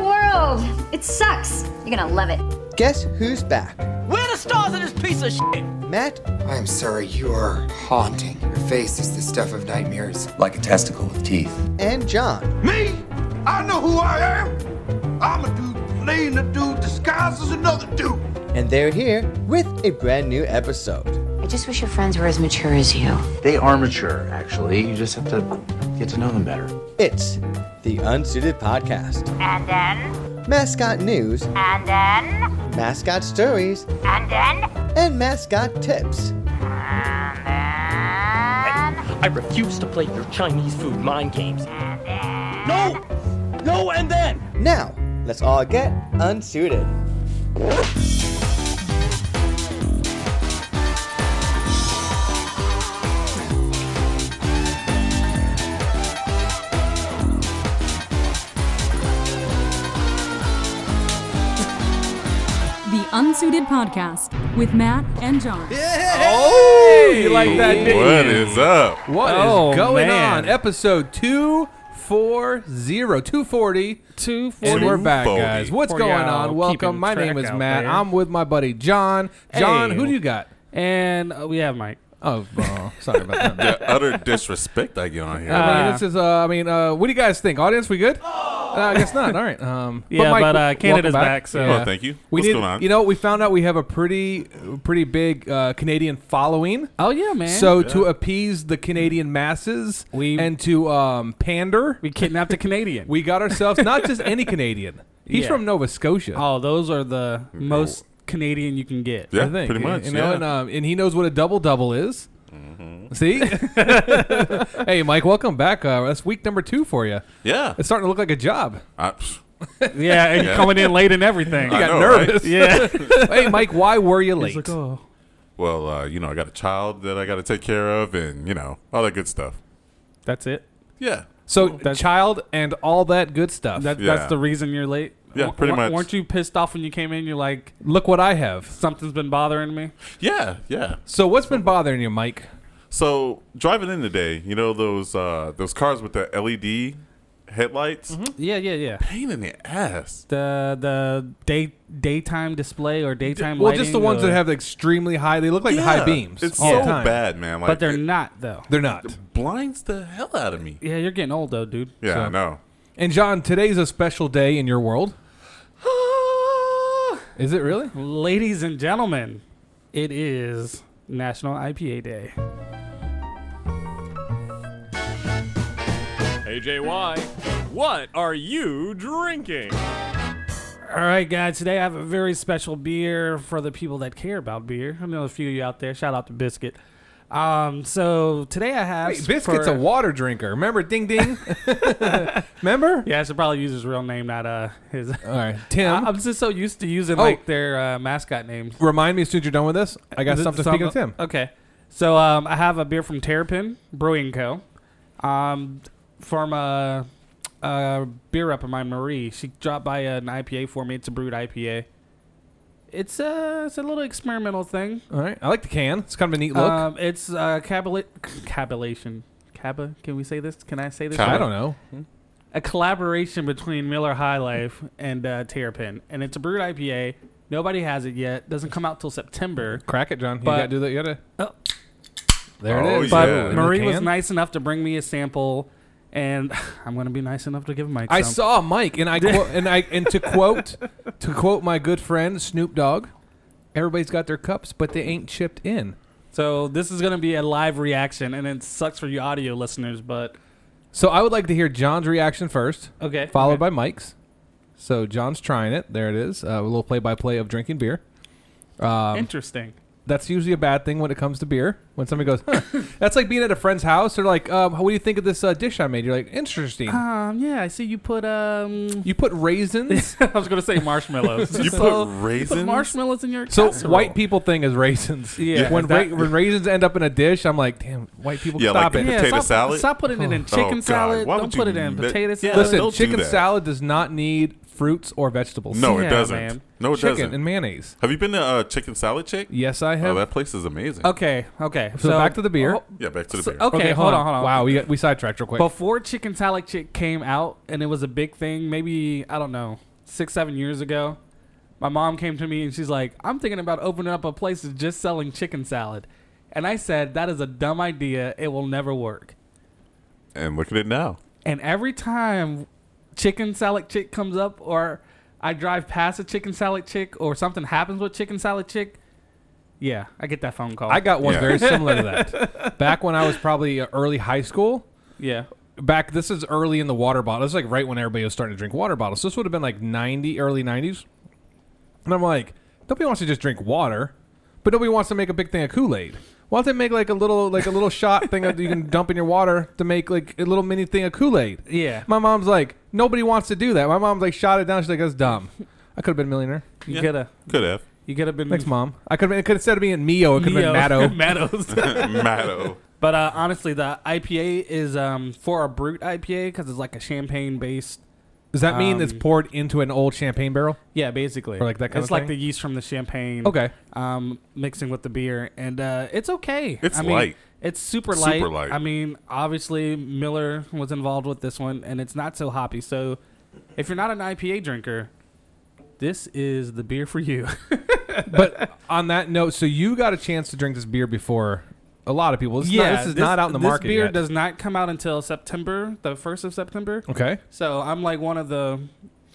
know. It sucks. You're gonna love it. Guess who's back? Where the stars in this piece of shit? Matt, I'm sorry, you are haunting. Your face is the stuff of nightmares. Like a testicle with teeth. and John. Me? I know who I am. I'm a dude playing a dude disguised as another dude. And they're here with a brand new episode. I just wish your friends were as mature as you. They are mature, actually. You just have to get to know them better. It's the Unsuited Podcast. And then, Mascot news, and then, mascot stories, and then, and mascot tips. and then, I refuse to play your Chinese food mind games. and then. No! No, and then! Now, let's all get unsuited. The Unsuited Podcast with Matt and John. Oh, you like that, didn't What you? is up? What is Oh, going man. on? Episode 240, 240. 240. And we're back, 240. guys. What's For going y'all on? Welcome. keeping My name track is out Matt. there. I'm with my buddy John. John, Hey. who do you got? And uh, we have Mike. Oh, well, sorry about that. The utter disrespect I get on here. I mean, this is, uh, I mean, uh, what do you guys think? Audience, we good? Uh, I guess not. All right. Um, Yeah, but, uh, welcome Canada's back, so- oh, thank you. We What's did, going on? you know, we found out we have a pretty, pretty big uh, Canadian following. Oh yeah, man. So to appease the Canadian masses We- and to um, pander, we kidnapped a Canadian. we got ourselves not just any Canadian. He's Yeah. from Nova Scotia. oh, those are the most Canadian you can get. yeah, I think. pretty you- much. You know, yeah. Mm-hmm. and, um, and he knows what a double double is. See, hey Mike, welcome back. Uh, that's week number two for you. yeah. It's starting to look like a job. I, psh, Yeah, and you're coming in late and everything. I got know, nervous. right? yeah. hey Mike, why were you late? It's like, oh. Well, uh, you know, I got a child that I got to take care of, and you know, all that good stuff. That's it. Yeah. so That's- child and all that good stuff. That, Yeah. That's the reason you're late. Yeah, Wa- pretty wa- much. Weren't you pissed off when you came in? You're like, look what I have. something's been bothering me. Yeah. Yeah. So what's been bothering you, Mike? So driving in today, you know those uh, those cars with the LED headlights, Yeah, yeah, yeah. pain in the ass. The the day daytime display or daytime Well, just the lighting, ones or- that have extremely high. They look like high Yeah, beams. It's all so the time. bad, man. Like but they're it not though. They're not. blinds the hell out of me. Yeah, you're getting old though, dude. Yeah, I know. And John, today's a special day in your world. Is it really? Ladies and gentlemen, it is National IPA Day. AJY, what are you drinking? All right, guys, today I have a very special beer for the people that care about beer. I know a few of you out there. Shout out to Biscuit. Um, so today I have Wait, Biscuit's for- a water drinker. Remember, ding ding. Remember? Yeah, I should probably use his real name, not uh his. All right, I, Tim. I'm just so used to using Oh. like their uh, mascot names. remind me as soon as you're done with this. I got Is it something. Speaking of something- Tim, Okay. So um, I have a beer from Terrapin Brewing Co. Um, from a, a beer rep of mine, Marie. She dropped by an IPA for me. It's a brewed IPA. It's a, it's a little experimental thing. all right. I like the can. It's kind of a neat look. Um, it's uh, cabula- cabulation. Caba, can we say this? Can I say this? Cab- I don't know. a collaboration between Miller High Life and uh, Terrapin, and it's a brewed IPA. Nobody has it yet. Doesn't come out till September. Crack it, John. You But- gotta do that. You gotta. Oh. There Oh, it is. yeah. But In the Marie was can? nice enough to bring me a sample, and I'm gonna be nice enough to give Mike. I some. saw Mike, and I quote, and I and to quote to quote my good friend Snoop Dogg, everybody's got their cups, but they ain't chipped in. So this is gonna be a live reaction, and it sucks for you audio listeners, but So I would like to hear John's reaction first, okay. followed by Mike's. So John's trying it. There it is. Uh, a little play-by-play of drinking beer. Um, interesting. That's usually a bad thing when it comes to beer. When somebody goes, huh. that's like being at a friend's house. They're like, um, "What do you think of this uh, dish I made?" You're like, "Interesting." Um, yeah, I see you put um. You put raisins. I was gonna say marshmallows. You So, put you put raisins. marshmallows in your So casserole. white people thing is raisins. Yeah, When, that- ra- when raisins end up in a dish, I'm like, damn, white people Yeah, stop like it. the potato stop, salad? Stop putting it in Oh, chicken God. salad. Why Don't would put you it in ma- potato Yeah, salad. Listen, don't do chicken that. salad does not need fruits or vegetables. No, Yeah, it doesn't. man. No, it chicken doesn't. and mayonnaise. Have you been to uh, Chicken Salad Chick? Yes, I Oh, have. that place is amazing. Okay, okay. so, back to the beer. Oh, Yeah, back to the so- beer. okay, hold on, hold on. Wow, we, got, we sidetracked real quick. Before chicken salad chick came out and it was a big thing, maybe I don't know, six, seven years ago, my mom came to me and she's like, I'm thinking about opening up a place that's just selling chicken salad. And I said, That is a dumb idea. It will never work. And look at it now. And every time chicken salad chick comes up, or I drive past a chicken salad chick, or something happens with chicken salad chick, yeah, I get that phone call. I got one very similar to that. Back when I was probably uh, early high school. Yeah. Back this is early in the water bottle. This is like right when everybody was starting to drink water bottles. So this would have been like ninety, early nineties. And I'm like, nobody wants to just drink water, but nobody wants to make a big thing of Kool Aid. Why don't they make like a little like a little shot thing that you can dump in your water to make like a little mini thing of Kool Aid? Yeah. My mom's like, nobody wants to do that. My mom's like, shot it down. She's like, that's dumb. I could have been a millionaire. You could have. Could have. You could have been. Thanks, mom. I could have. It could instead of being Mio, it could have been Matto. Matto's. Matto. But uh, honestly, the IPA is um, for a brute IPA because it's like a champagne based. Does that mean it's um, poured into an old champagne barrel? Yeah, basically. Or like that kind it's of like thing? the yeast from the champagne. Okay. Um, mixing with the beer, and uh, it's okay. It's I mean, light. It's super Super light. light. I mean, obviously Miller was involved with this one, and it's not so hoppy. So, if you're not an IPA drinker, this is the beer for you. but on that note, so you got a chance to drink this beer before a lot of people. This is not, this is not out in the this market beer yet. does not come out until September, the first of September. okay. So I'm like one of the,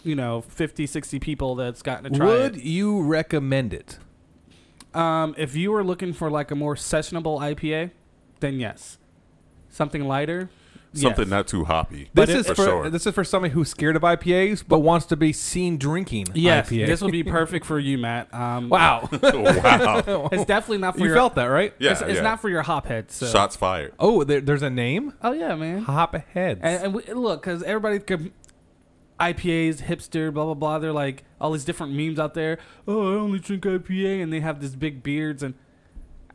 you know, 50, 60 people that's gotten to try Would it. you recommend it? Um, if you were looking for like a more sessionable IPA, then yes. Something lighter. Something yes. not too hoppy. This is for, sure. this is for somebody who's scared of IPAs but wants to be seen drinking Yes, IPA. this would be perfect for you, Matt. Um, wow. wow. it's definitely not for you your. felt that, right? Yeah, it's, it's yeah. not for your hophead. So. Shots fired. Oh, there, there's a name. Oh yeah, man. Hop ahead. And, and we, look, because everybody could. IPAs, hipster, blah blah blah. They're like all these different memes out there. Oh, I only drink IPA, and they have these big beards, and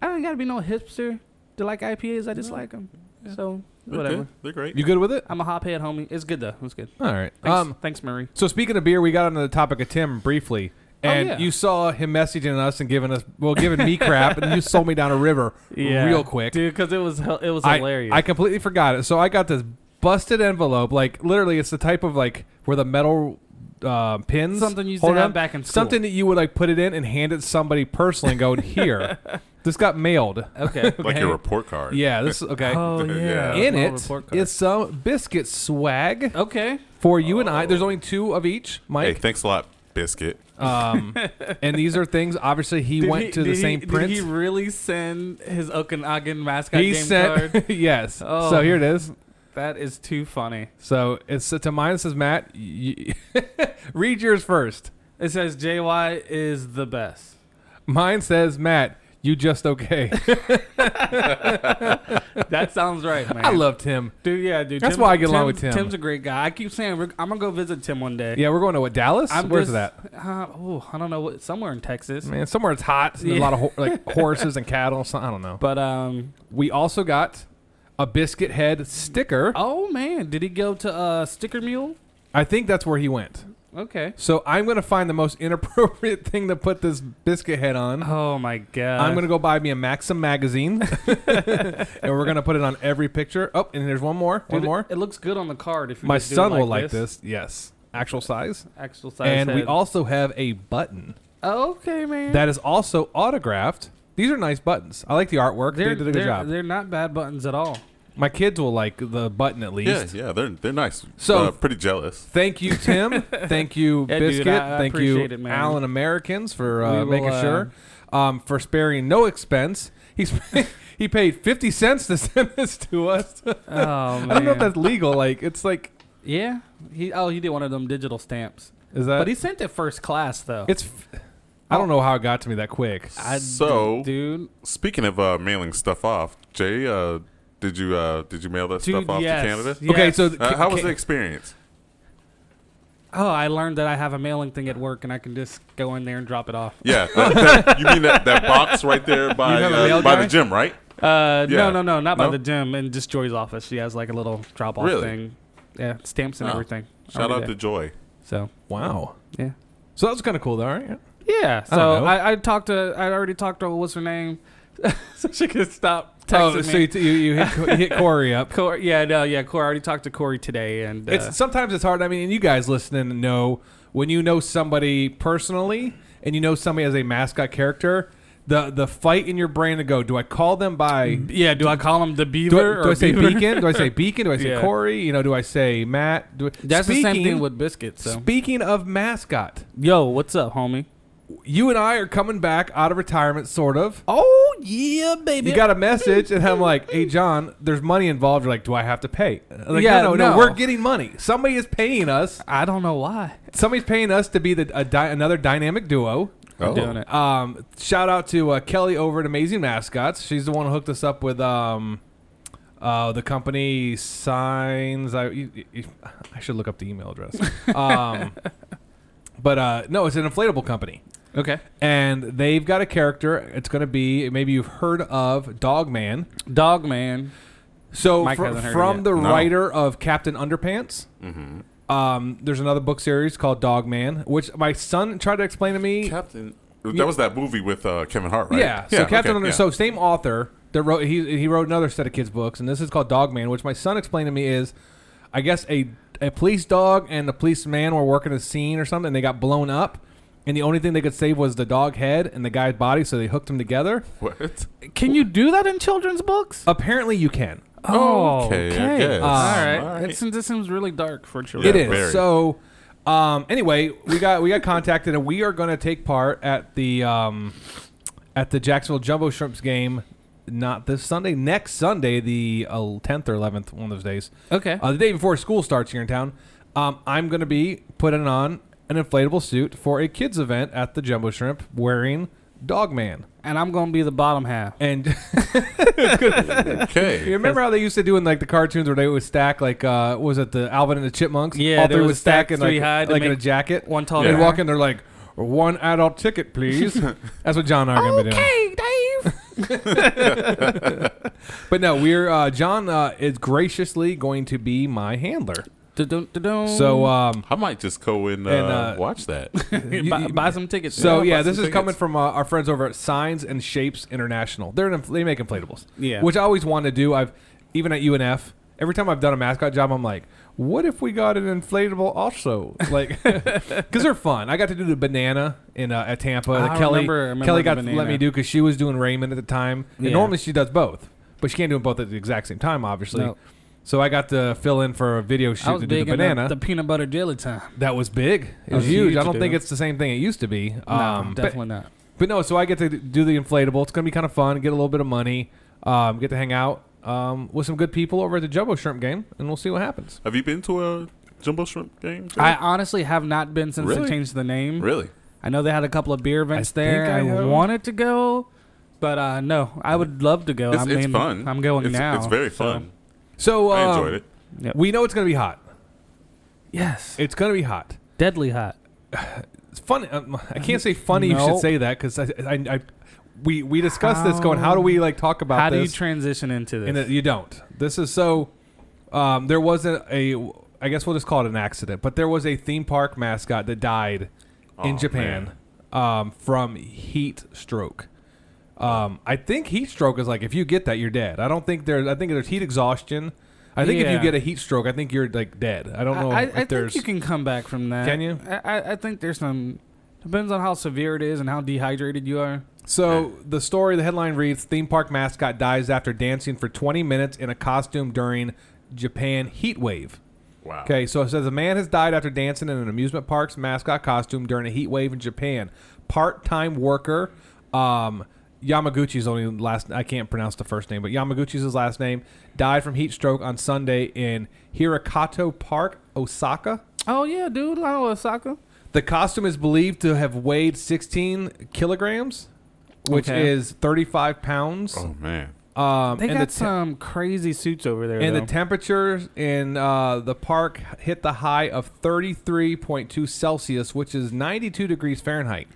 I don't gotta be no hipster to like IPAs. I just like 'em. like them. So They're whatever. good. They're great. you good with it? I'm a hophead, homie. It's good though. It's good. All right. Thanks, Um, thanks, Murray. So speaking of beer, we got onto the topic of Tim briefly, and Oh, yeah. you saw him messaging us and giving us well, giving me crap, and you sold me down a river real quick, dude, because it was hel- it was I, hilarious. I completely forgot it. So I got this busted envelope, like literally, it's the type of like where the metal. Uh, pins Something you used to hold have on, back in school. something that you would like put it in and hand it to somebody personally and go here this got mailed okay. Like your report card. yeah this okay Oh Yeah. yeah. in Small it report card. it's some biscuit swag okay. for you and I there's only two of each Oh. Mike Um, Hey, thanks a lot, Biscuit. and these are things. Obviously, he Did went he- to the did he- same prince. Did he really send his Okanagan mascot He game sent card? yes. Oh. So here it is. That is too funny. So it's to mine. It says Matt. y read yours first. It says JY is the best. Mine says Matt. You just okay. That sounds right, man. I loved him. dude. Yeah, dude. That's Tim's- why I get along Tim's- with Tim. Tim's a great guy. I keep saying we're, I'm gonna go visit Tim one day. Yeah, we're going to what Dallas? I'm Where's just- that? Uh, oh, I don't know. What, somewhere in Texas. Man, somewhere it's hot. There's Yeah. A lot of ho- like horses and cattle. So I don't know. But But um, we also got a biscuit head sticker. oh man, did he go to uh, Sticker Mule? I think that's where he went. Okay. So I'm gonna find the most inappropriate thing to put this biscuit head on. Oh my god. I'm gonna go buy me a Maxim magazine, and we're gonna put it on every picture. Oh, and there's one more, Dude, one it- more. It looks good on the card. If you My just do it son will like this. Yes, actual size. Actual size. And we head. also have a button Okay, man. that is also autographed. These are nice buttons. I like the artwork. they're, they did a good they're- job. They're not bad buttons at all. My kids will like the button at Yeah, least. yeah, they're they're nice. So- uh, pretty jealous. Thank you, Tim. Thank you, Yeah, dude, Biscuit. I- I Thank you, appreciate it, man. Allen Americans, for uh, We will, making uh, sure, um, for sparing no expense. He's he paid fifty cents to send this to us. Oh man. I don't know if that's legal. Like it's like Yeah. He oh he did one of them digital stamps. is that? But he sent it first class though. it's. f- I don't know how it got to me that quick. I d- So- dude, Speaking of uh, mailing stuff off, Jay, uh, did you uh, did you mail that dude, stuff off yes, to Canada? yes. Okay, so th- Uh, how was ca- the experience? oh, I learned that I have a mailing thing at work and I can just go in there and drop it off. Yeah, that, that- you mean that, that box right there by have a mail uh, by guy? the gym, right? Uh, Yeah. no, no, no, not by No? the gym. In just Joy's office, she has like a little drop off Really? thing. Yeah, stamps and Oh. everything. Shout Every out day. to Joy. so wow. yeah. So that was kind of cool, though, right? Yeah. So don't know. I, I, talked to I already talked to what's her name, so she could stop texted Oh, me. so you, t- you, you hit, Co- you hit Corey up. Cor- yeah, no, yeah, Corey. I already talked to Corey today, and uh, It's sometimes it's hard. I mean, and you guys listening know when you know somebody personally and you know somebody as a mascot character, the the fight in your brain to go, do I call them by? Mm, yeah. Do I call him the Do Beaver? I, or do I say Beaver? Beacon? Do I say Beacon? Do I say Yeah. Corey? You know, do I say Matt? Do I, That's the same Speaking- thing with Biscuit. So. Speaking of mascot, Yo, what's up, homie? you and I are coming back out of retirement, sort of. Oh yeah, baby. You got a message, and I'm like, "Hey, John, there's money involved." You're like, "Do I have to pay?" I'm Like, Yeah, no, no, no, no. We're getting money. Somebody is paying us. I don't know why. Somebody's paying us to be the a di- another dynamic duo. Oh. Doing it. Um, shout out to uh, Kelly over at Amazing Mascots. She's the one who hooked us up with um, uh, the company signs. I you, you- I should look up the email address. um, but uh, no, it's an inflatable company, Okay. and they've got a character. It's going to be maybe you've heard of Dogman. Dog man. So Mike fr- hasn't heard from yet. the No. writer of Captain Underpants, um, there's another book series called Dogman, which my son tried to explain to me. Captain. That was that movie with uh, Kevin Hart, right? Yeah, so okay, Captain Under, yeah. so same author that wrote he he wrote another set of kids books, and this is called Dogman, which my son explained to me is, I guess a a police dog and a policeman were working a scene or something. and They got blown up. And the only thing they could save was the dog head and the guy's body, so they hooked them together. what? Can you do that in children's books? Apparently, you can. Um, Oh, Okay, I guess. all right. All right. It- Since this seems really dark for children. It is very. so. Um, anyway, we got we got contacted, and we are going to take part at the um, at the Jacksonville Jumbo Shrimps game. Not this Sunday, next Sunday, the uh, tenth or eleventh, one of those days. Okay. uh, the day before school starts here in town. Um, I'm going to be putting on an inflatable suit for a kids event at the Jumbo Shrimp, wearing Dogman. And I'm gonna be the bottom half. And you Okay. remember how they used to do in like the cartoons where they would stack like uh, what was it the Alvin and the Chipmunks? Yeah, all they three would would stack stack in three like, high to like in a make jacket. one tall They guy. walk in, they're like one adult ticket, please. That's what John and I are gonna be doing. Dave. But no, we're uh, John uh, is graciously going to be my handler. Du-dum, du-dum. So um, I might just go and, uh, And, uh, watch that. you- buy, you- buy some tickets. So yeah, buy this some is coming tickets. from uh, our friends over at Signs and Shapes International. They're an inf- they make inflatables. Yeah. which I always wanted to do. I've even at UNF. Every time I've done a mascot job, I'm like, what if we got an inflatable also? Like, because they're fun. I got to do the banana in uh, at Tampa. that I Kelly remember- I remember Kelly the got to let banana. me do because she was doing Raymond at the time. And Yeah. normally she does both, but she can't do them both at the exact same time, obviously. No. So I got to fill in for a video shoot I was to do the big into banana. the peanut butter jelly time. that was big. It was was huge. huge I to don't do. think it's the same thing it used to be. no, Um, but- definitely not. but no, so I get to do the inflatable. It's gonna be kind of fun. Get a little bit of money. Um, get to hang out um, with some good people over at the Jumbo Shrimp game, and we'll see what happens. Have you been to a Jumbo Shrimp game? Jimmy? I honestly have not been since Really? they changed the name. really? I know they had a couple of beer events think there. I I, have. wanted to go, but uh, no, I would love to go. It's, I mean, it's fun. I'm going it's, now. It's very so- fun. So um, I enjoyed it. Yep. We know it's gonna be hot. Yes, It's gonna be hot. deadly hot. It's funny. Um, I can't say funny. You No. should say that because I, I, I, we we discussed this. Going, How- how do we like talk about How do you this? transition into this? and it, you don't. This is so. Um, there was a, a. I guess we'll just call it an accident, but there was a theme park mascot that died Oh, in Aw, Japan um, from heat stroke. Um, I think heat stroke is like if you get that, you're dead. I don't think there's. I think there's heat exhaustion. I think if you Yeah. get a heat stroke, I think you're like dead. I don't know I, I, if I there's. think you can come back from that. Can you? I, I, I think there's some. Depends on how severe it is and how dehydrated you are. So the story, the headline reads: Theme park mascot dies after dancing for 20 minutes in a costume during Japan heat wave. Wow. Okay, so it says a man has died after dancing in an amusement park's mascot costume during a heat wave in Japan. Part-time worker um, Yamaguchi's only last. I can't pronounce the first name, but Yamaguchi's his last name. Died from heat stroke on Sunday in Hirakato Park, Osaka. Oh yeah, dude. I know Osaka. The costume is believed to have weighed 16 kilograms, which Okay. is 35 pounds. Oh man. Um, They and got the te- some crazy suits over there. and the though. temperatures in uh, the park hit the high of 33.2 Celsius, which is 92 degrees Fahrenheit.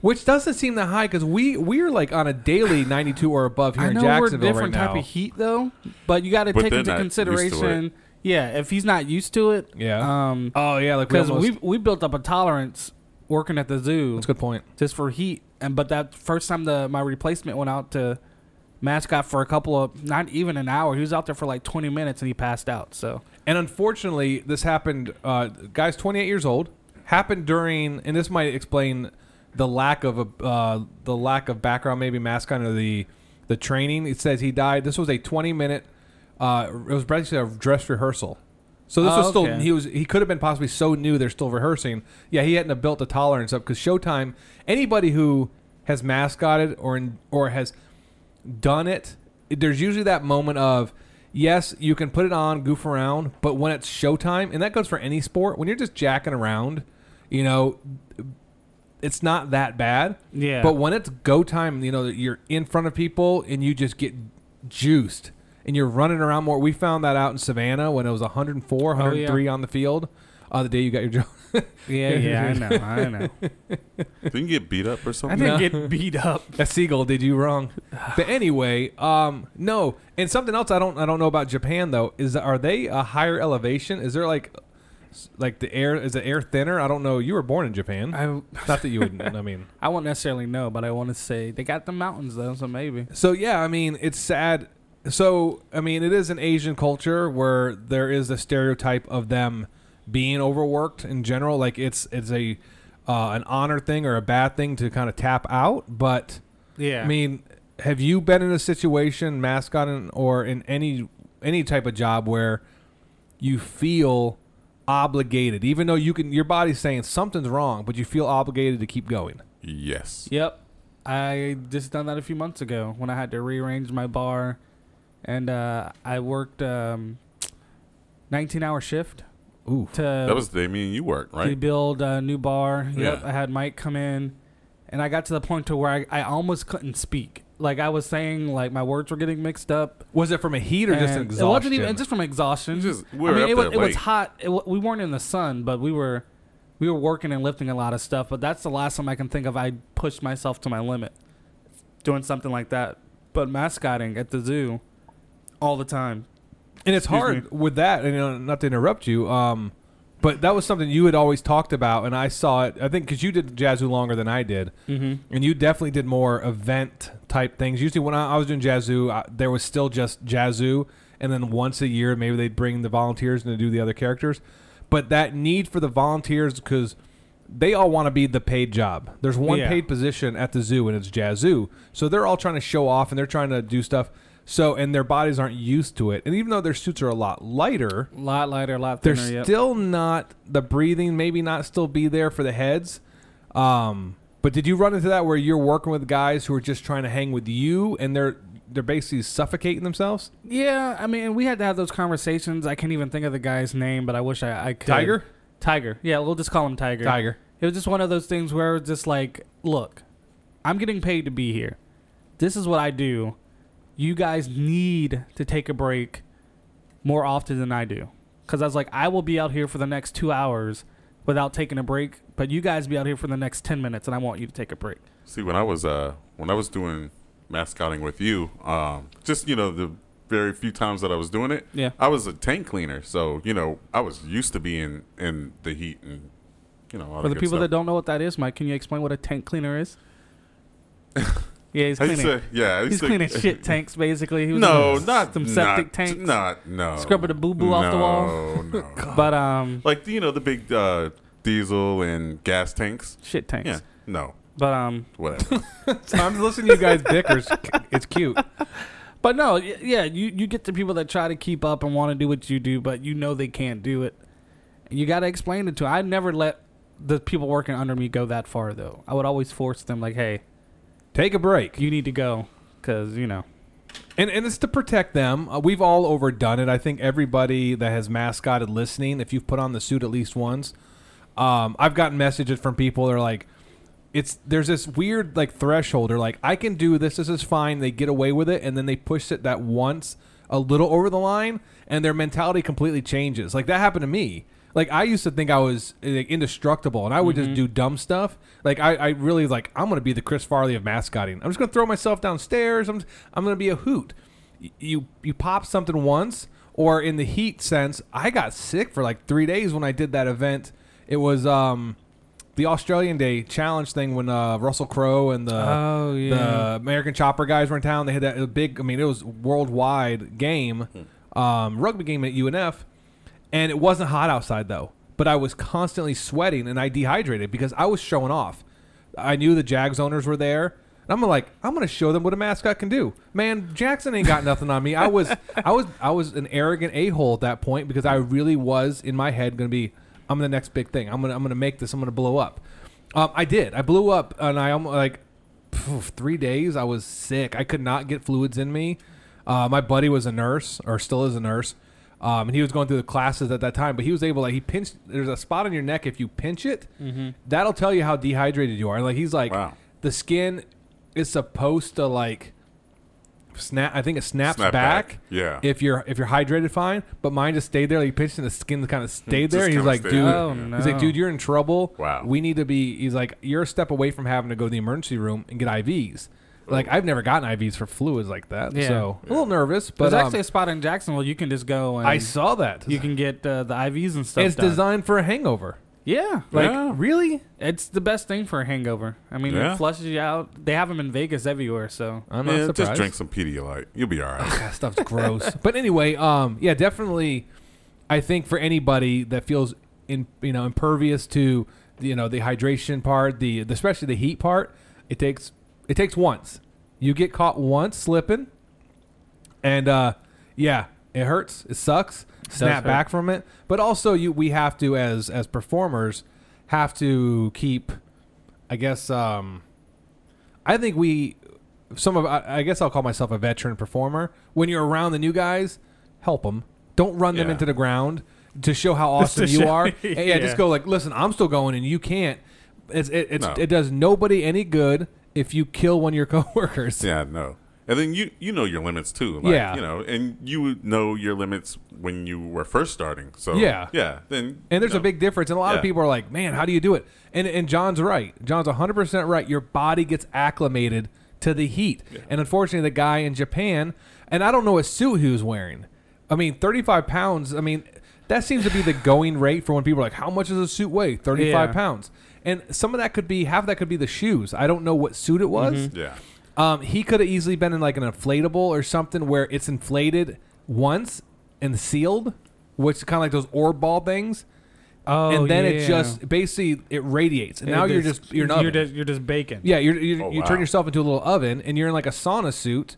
Which doesn't seem that high because we we're like on a daily 92 or above here I in know we're Jacksonville different right type now. of heat though, but you got to But take they're into not used to it. consideration. Yeah, if he's not used to it. Yeah. Um, oh yeah, like we because almost, we we built up a tolerance working at the zoo that's a good point. just for heat, and but that first time the my replacement went out to mascot for a couple of not even an hour. He was out there for like 20 minutes and he passed out. So And unfortunately, this happened. Uh, guy's 28 years old. Happened during, and this might explain the lack of a uh, the lack of background, maybe mascot or the the training. It says he died. This was a 20 minute. Uh, it was basically a dress rehearsal. So this Oh, was still okay. he was he could have been possibly so new they're still rehearsing. Yeah, he hadn't have built the tolerance up because Showtime. Anybody who has mascotted or in, or has done it, there's usually that moment of yes, you can put it on, goof around, but when it's showtime, and that goes for any sport, when you're just jacking around, you know, it's not that bad. Yeah. But when it's go time, you know, that you're in front of people and you just get juiced and you're running around more. We found that out in Savannah when it was 104, Oh, yeah. 103 on the field uh, the day you got your job. yeah, yeah, I know, I know. Didn't you get beat up or something? No. get beat up. That seagull did you wrong. But anyway, um, no. And something else I don't I don't know about Japan though is are they a higher elevation? Is there like s- like the air is the air thinner? I don't know. You were born in Japan. I, Not that you would. I mean, I won't necessarily know, but I want to say they got the mountains though, so maybe. so yeah. I mean, it's sad. So I mean, it is an Asian culture where there is the stereotype of them being overworked in general. Like it's it's a uh, an honor thing or a bad thing to kind of tap out, but. Yeah. I mean, have you been in a situation, mascot, in, or in any any type of job where you feel obligated, even though you can, your body's saying something's wrong, but you feel obligated to keep going? Yes. Yep. I just done that a few months ago when I had to rearrange my bar, and uh, I worked um, 19 hour shift. Ooh. To That was the day me and you worked, to right? build a new bar. Yep. Yeah. I had Mike come in, and I got to the point to where I, I almost couldn't speak. Like I was saying, like my words were getting mixed up. Was it from a heat or just and an exhaustion? It wasn't even just from exhaustion. Just- we were I mean, up it, was, there it was late. hot. It, wa- we weren't in the sun, but we were we were working and lifting a lot of stuff. But that's the last time I can think of I pushed myself to my limit doing something like that. But mascotting at the zoo all the time. and it's Excuse hard with that. And you know, not to interrupt you, um, but that was something you had always talked about, and I saw it. I think because you did Jazzu longer than I did, mm-hmm. and you definitely did more event type things. Usually, when I, I was doing Jazzu, I, there was still just Jazzu, and then once a year, maybe they'd bring the volunteers and to do the other characters. But that need for the volunteers because they all want to be the paid job. There's one Yeah. paid position at the zoo, and it's Jazoo. So they're all trying to show off and they're trying to do stuff. So and their bodies aren't used to it. And even though their suits are a lot lighter, A lot lighter, a lot they're thinner. yep. still not the breathing. Maybe not still be there for the heads. Um, but did you run into that where you're working with guys who are just trying to hang with you and they're they're basically suffocating themselves? Yeah, I mean, we had to have those conversations. I can't even think of the guy's name, but I wish I, I could. Tiger? Tiger. Yeah, we'll just call him Tiger. Tiger. It was just one of those things where it was just like, look, I'm getting paid to be here. This is what I do. You guys need to take a break more often than I do. Because I was like, I will be out here for the next two hours without taking a break, but you guys be out here for the next 10 minutes, and I want you to take a break. See, when I was uh when I was doing mascotting with you, um, just you know the very few times that I was doing it, Yeah. I was a tank cleaner, so you know I was used to being in the heat and you know all that For the good people that stuff. don't know what that is, Mike, can you explain what a tank cleaner is? yeah, he's I used cleaning. to, yeah, I used He's to- cleaning shit tanks, basically. He was No, doing not some septic not, tanks. Not no. Scrubbing the boo-boo off the wall. No, no. But um, like you know the big uh, diesel and gas tanks. shit tanks. Yeah, no, But um, whatever. I'm listening to you guys bicker. It's- It's cute. but no, y- yeah, you you get the people that try to keep up and want to do what you do, but you know they can't do it. You got to explain it to. 'em. I never let the people working under me go that far though. I would always force them, like, hey, Take a break. you need to go, because you know. And, and it's to protect them. Uh, we've all overdone it. I think everybody that has mascotted listening, if you've put on the suit at least once, um, I've gotten messages from people. They're like, it's there's this weird like threshold. They're like, I can do this. This is fine. They get away with it, and then they push it that once a little over the line, and their mentality completely changes. Like that happened to me. Like I used to think I was like, indestructible, and I would just do dumb stuff. Like I, I really like I'm gonna be the Chris Farley of mascotting. I'm just gonna throw myself downstairs. I'm I'm gonna be a hoot. Y- You you pop something once, or in the heat sense, I got sick for like three days when I did that event. It was um the Australian Day challenge thing when uh, Russell Crowe and the, Oh, yeah. the American Chopper guys were in town. They had that big, I mean, it was worldwide game, um, rugby game at UNF, and it wasn't hot outside though. But I was constantly sweating and I dehydrated because I was showing off. I knew the Jags owners were there. And I'm like, I'm gonna show them what a mascot can do. Man, Jackson ain't got nothing on me. I was, I was, I was an arrogant a hole at that point because I really was in my head gonna be, I'm the next big thing. I'm gonna, I'm gonna make this. I'm gonna blow up. Um, I did. I blew up, and I almost like phew, three days. I was sick. I could not get fluids in me. Uh, my buddy was a nurse, or still is a nurse, um, and he was going through the classes at that time. But he was able, like, he pinched. There's a spot on your neck if you pinch it, Mhm. that'll tell you how dehydrated you are. Like he's like, the skin is supposed to like snap. I think it snaps Snap back. back. Yeah. If you're if you're hydrated, fine. But mine just stayed there. Like, he pinched and the skin kind of Just stayed there. He's kinda like, stayed dude. there, Oh, yeah. He's like, no. dude, you're in trouble. Wow. We need to be. He's like, you're a step away from having to go to the emergency room and get IVs. Like I've never gotten IVs for fluids like that, Yeah. so a little nervous. But There's um, actually a spot in Jacksonville you can just go. and I saw that. You can get uh, the IVs and stuff. it's done. designed for a hangover. Yeah, like Like really? it's the best thing for a hangover. I mean, Yeah. it flushes you out. They have them in Vegas everywhere, so I'm not Yeah, surprised. just drink some Pedialyte. You'll be all right. that stuff's gross. But anyway, um, yeah, definitely. I think for anybody that feels in you know impervious to you know the hydration part, the especially the heat part, it takes it takes once. You get caught once slipping, and uh, yeah, it hurts. It sucks. hurt. Snap back from it. But also, you we have to as as performers have to keep, I guess. Um, I think we some of I, I guess I'll call myself a veteran performer. When you're around the new guys, help them. Don't run them Yeah. into the ground to show how awesome to you show- are. And, yeah, Yeah. just go like, listen, I'm still going and you can't. It's, it, it's, No. it does nobody any good if you kill one of your coworkers. yeah, no. And then you you know your limits too. Like, Yeah. You know, and you would know your limits when you were first starting. So Yeah. yeah. Then And there's you a know. big difference. And a lot of Yeah. people are like, man, how do you do it? And, and John's right. John's 100% right. Your body gets acclimated to the heat. And unfortunately, the guy in Japan, and I don't know what suit he was wearing. I mean, 35 pounds. I mean, that seems to be the going rate for when people are like, how much does a suit weigh? 35 Yeah. pounds. And some of that could be, half of that could be the shoes. I don't know what suit it was. Yeah. Um, he could have easily been in like an inflatable or something where it's inflated once and sealed, which is kind of like those orb ball things. oh, and then yeah. it just basically it radiates, and It now you're just you're not. you're just, you're just baking. yeah, you're, you're, Oh, you wow. turn yourself into a little oven, and you're in like a sauna suit,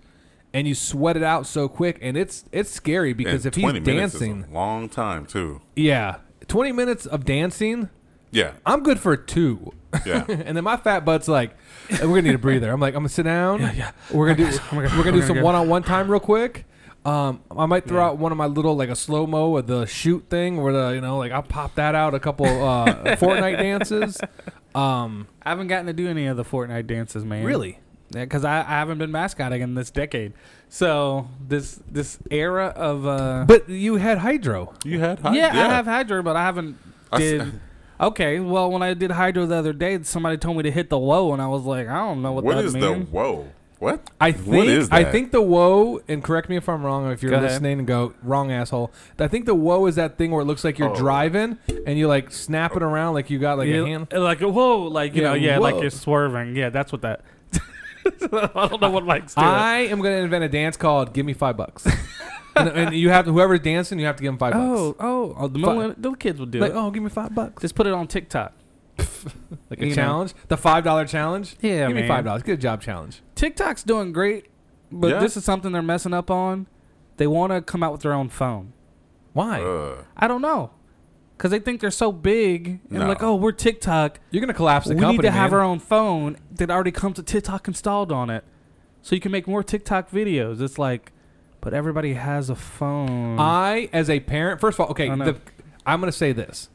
and you sweat it out so quick, and it's it's scary because And if he's minutes is a dancing, long time too. yeah, twenty minutes of dancing, Yeah. I'm good for two. Yeah. and then my fat butt's like, "Hey, we're gonna need a breather. I'm like, I'm gonna sit down. Yeah, yeah. We're gonna do we're gonna, do some go. one on one time real quick. Um, I might throw out one of my little like a slow mo of the shoot thing where the you know like I'll pop that out a couple uh, Fortnite dances. Um, I haven't gotten to do any of the Fortnite dances, man. Really? Because I, I haven't been mascotting in this decade. So this this era of uh, but you had hydro. You had yeah, high. I have hydro, but I haven't I s- did. okay, well, when I did hydro the other day, somebody told me to hit the low, and I was like, I don't know what, What that is means. the whoa? What? I think what is that? I think the woe and correct me if I'm wrong if you're Go ahead. listening and go wrong asshole. I think the woe is that thing where it looks like you're Oh. driving and you like snap it around like you got like Yeah, a hand. like whoa, like you Yeah, know, yeah, like whoa. you're swerving. Yeah, that's what that. I don't know what likes to. it. I am going to invent a dance called "Give Me Five Bucks," and, and you have to, whoever's dancing, you have to give them five Oh, bucks. oh, oh, the Fuck. millenn- the kids would do Like, it. oh, give me five bucks. Just put it on TikTok. Like a you know. challenge, the five dollar challenge. Yeah, give me man. five dollars. Good job, challenge. TikTok's doing great, but Yeah. this is something they're messing up on. They want to come out with their own phone. Why? Uh, I don't know, because they think they're so big and No. like, oh, we're TikTok. You're going to collapse the We company. need to have man. our own phone that already comes with TikTok installed on it, so you can make more TikTok videos. It's like, but everybody has a phone. I, as a parent, first of all, okay, I know. the, I'm going to say this: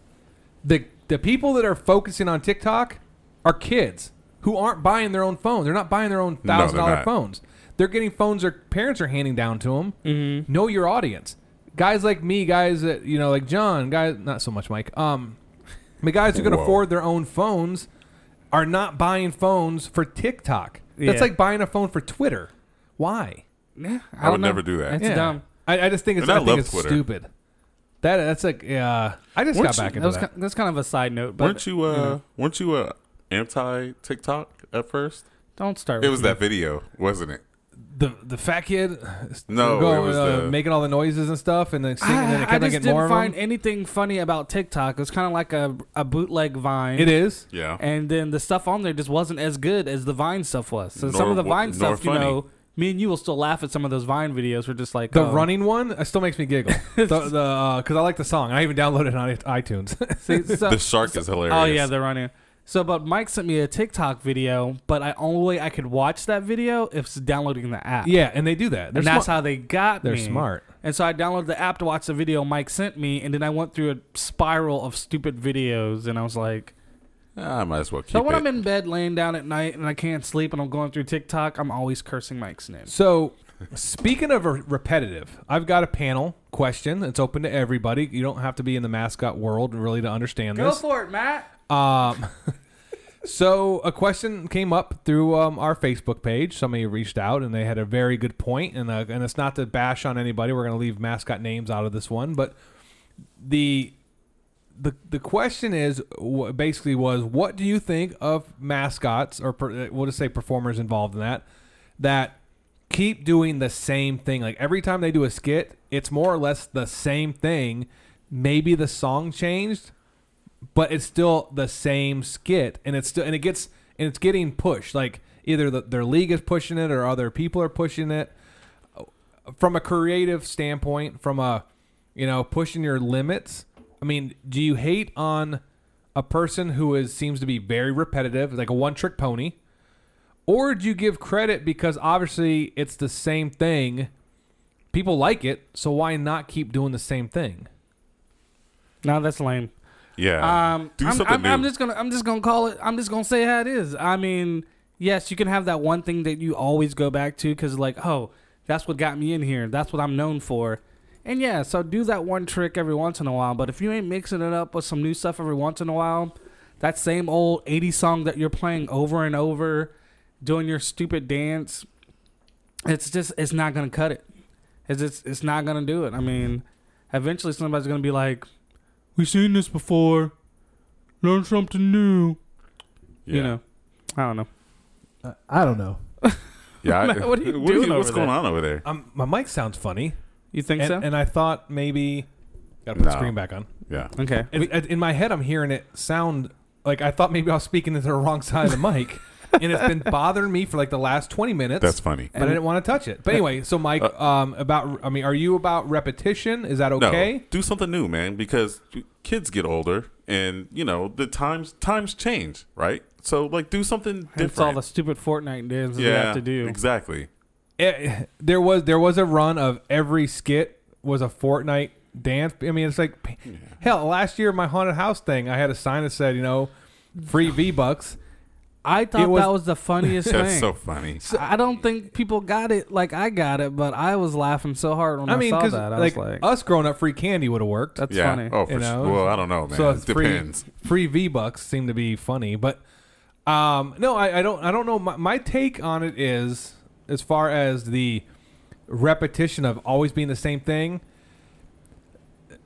the the people that are focusing on TikTok are kids who aren't buying their own phone. They're not buying their own they're thousand dollar not. phones. They're getting phones their parents are handing down to them. Mm-hmm. Know your audience. Guys like me, guys that you know, like John, guys, not so much Mike. Um, the guys who can Whoa. afford their own phones are not buying phones for TikTok. That's Yeah. like buying a phone for Twitter. Why? Yeah, I, I would don't know. never do that. It's dumb. I, I just think it's, And I I think love it's Twitter. stupid. That that's like uh, I just Weren't got you- back that into was that. ki- that's kind of a side note. But weren't you uh know, weren't you uh anti TikTok at first? Don't start It with was me. that video, wasn't it? the the fat kid No, going, it was uh, the- making all the noises and stuff and then singing and then it I kept on just getting didn't more find of them. anything funny about TikTok. It was kind of like a, a bootleg Vine. It is. Yeah. And then the stuff on there just wasn't as good as the Vine stuff was. So Nor some of the w- Vine nor stuff, you funny. know, me and you will still laugh at some of those Vine videos. We're just like The oh. running one uh, still makes me giggle. the because I like the song. I even downloaded it on i- iTunes. See, so- the shark is hilarious. Oh yeah, they're running. So, but Mike sent me a TikTok video, but I only way I could watch that video if it's downloading the app. yeah, and they do that. They're and that's smart. how they got They're me. smart. And so I downloaded the app to watch the video Mike sent me, and then I went through a spiral of stupid videos, and I was like, Ah, I might as well keep so when it. I'm in bed laying down at night and I can't sleep and I'm going through TikTok, I'm always cursing Mike's name. So, speaking of re- repetitive, I've got a panel question. It's open to everybody. You don't have to be in the mascot world really to understand Go this. for it, Matt. Um, so a question came up through um, our Facebook page. Somebody reached out and they had a very good point, and uh, and it's not to bash on anybody. We're going to leave mascot names out of this one, but the the the question is wh- basically was what do you think of mascots or per, uh, we'll just say performers involved in that that keep doing the same thing like every time they do a skit it's more or less the same thing maybe the song changed but it's still the same skit and it's still and it gets and it's getting pushed like either the, their league is pushing it or other people are pushing it from a creative standpoint from a you know pushing your limits i mean do you hate on a person who is seems to be very repetitive like a one trick pony or do you give credit because obviously it's the same thing people like it so why not keep doing the same thing No, that's lame. yeah. Um, Do I'm, something I'm, new. I'm just gonna I'm just gonna call it. I'm just gonna say how it is. I mean, yes, you can have that one thing that you always go back to because like, oh, that's what got me in here. That's what I'm known for. And yeah, so do that one trick every once in a while. But if you ain't mixing it up with some new stuff every once in a while, that same old 80 song that you're playing over and over, doing your stupid dance, it's just it's not gonna cut it. It's it's, it's not gonna do it. I mean, eventually somebody's gonna be like, "We've seen this before. Learn something new." You Yeah. know, I don't know. I don't know. yeah. I- Matt, what are you doing over What's going there? on over there? um, my mic sounds funny You think and, so? and i thought maybe gotta put the No. screen back on Yeah. Okay. It- it- in my head, I'm hearing it sound like I thought maybe I was speaking into the wrong side of the mic, and it's been bothering me for like the last 20 minutes. That's funny. Uh, but I didn't want to touch it. But anyway, so Mike, um, about I mean, are you about repetition? Is that okay? No, do something new, man, because kids get older and you know, the times times change, right? So like do something different. It's all the stupid Fortnite dances we have to do. Exactly. Eh, there was there was a run of every skit was a Fortnite dance. I mean, it's like p- hell. Last year, my haunted house thing, I had a sign that said, you know, free V bucks. I thought It was- that was the funniest That's thing. so funny. I don't think people got it like I got it, but I was laughing so hard when I, I mean, saw because that. I like, was like, us growing up, free candy would have worked. That's yeah. funny. Oh, for you sure. know? Well, I don't know, man. So it it's free- depends. Free, V bucks seem to be funny, but um, no, I, I don't. I don't know. My, my take on it is, as far as the repetition of always being the same thing,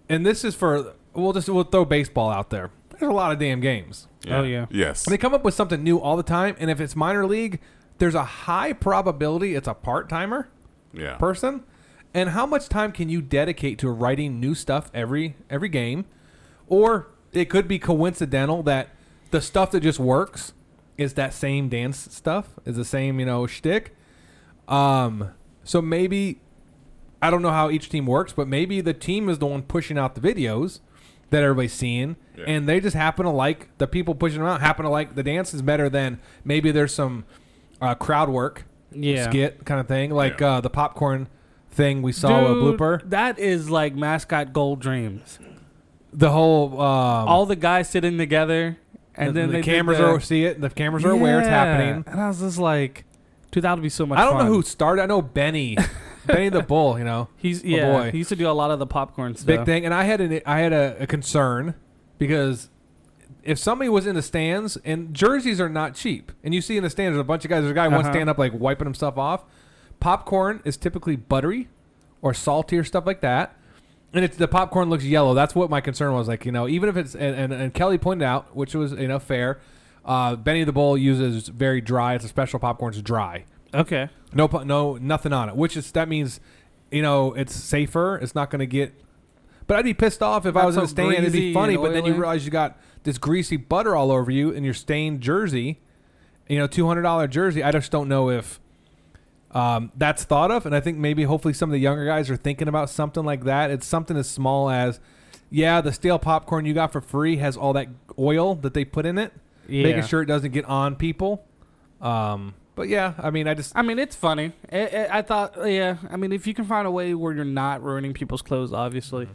and this is for we'll just we'll throw baseball out there. There's a lot of damn games. Yeah. Oh, yeah. Yes. And they come up with something new all the time, and if it's minor league, there's a high probability it's a part timer Yeah. person and how much time can you dedicate to writing new stuff every every game or it could be coincidental that the stuff that just works is that same dance stuff is the same you know shtick um so maybe I don't know how each team works but maybe the team is the one pushing out the videos that everybody's seeing Yeah. and they just happen to like the people pushing them out happen to like the dances better than maybe there's some uh, crowd work Yeah. skit kind of thing like uh, the popcorn thing we saw a Dude, blooper That is like mascot gold dreams. the whole um, All the guys sitting together, and and then the they did cameras the- are see it the cameras are aware it's Yeah. happening And I was just like, dude, that would be so much. I don't fun. know who started I know Benny Benny the Bull you know He's my yeah. boy. He used to do a lot of the popcorn stuff. big thing. And I had an I had a, a concern because if somebody was in the stands and jerseys are not cheap, and you see in the stands there's a bunch of guys. There's a guy one Uh-huh. stand up like wiping himself off. Popcorn is typically buttery or salty or stuff like that. and it's the popcorn looks yellow. That's what my concern was. Like you know, even if it's and, and, and Kelly pointed out, which was you know fair. Uh, Benny the Bull uses very dry. It's a special popcorn. It's dry. Okay. No, pu- no, nothing on it. Which is that means, you know, it's safer. It's not going to get. But I'd be pissed off if I Not was in so the stand. It'd greasy be funny, and but then you oily. realize you got this greasy butter all over you in your stained jersey. You know, two hundred dollar jersey. I just don't know if um, that's thought of. And I think maybe hopefully some of the younger guys are thinking about something like that. It's something as small as, yeah, the stale popcorn you got for free has all that oil that they put in it, Yeah. making sure it doesn't get on people. Um, but yeah, I mean, I just. I mean, it's funny. I, I, I thought, yeah. I mean, if you can find a way where you're not ruining people's clothes, obviously.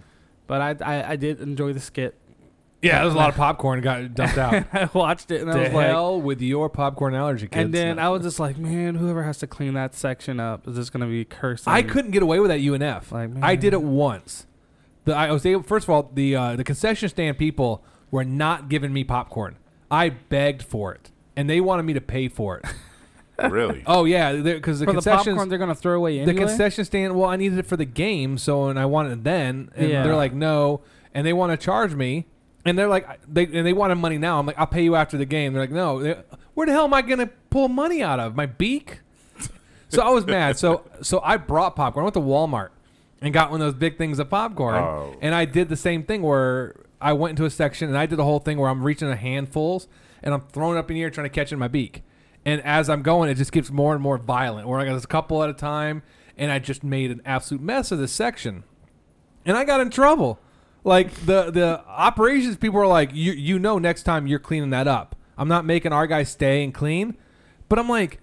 But I, I, I did enjoy the skit. Yeah, there was a lot of popcorn got dumped out. I watched it and I to was like, hell with your popcorn allergy, kids. and then I was just like, man, whoever has to clean that section up is just gonna be cursing. I couldn't get away with that UNF. I did it once. The I was able. First of all, the uh, the concession stand people were not giving me popcorn. I begged for it, and they wanted me to pay for it. really? Oh yeah, because the For the concessions popcorn they're gonna throw away The anyway? concession stand. Well, I needed it for the game, so and I wanted it then, and Yeah. they're like no, and they want to charge me, and they're like they and they wanted money now. I'm like I'll pay you after the game. They're like no, They're- where the hell am I gonna pull money out of my beak? So I was mad. So so I brought popcorn. I went to Walmart and got one of those big things of popcorn. Oh. And I did the same thing where I went into a section and I did the whole thing where I'm reaching a handfuls and I'm throwing it up in the air trying to catch it in my beak. And as I'm going, it just gets more and more violent. Where I got a couple at a time, and I just made an absolute mess of this section and I got in trouble. Like the the operations people were like, you you know, next time you're cleaning that up. I'm not making our guys stay and clean, but I'm like,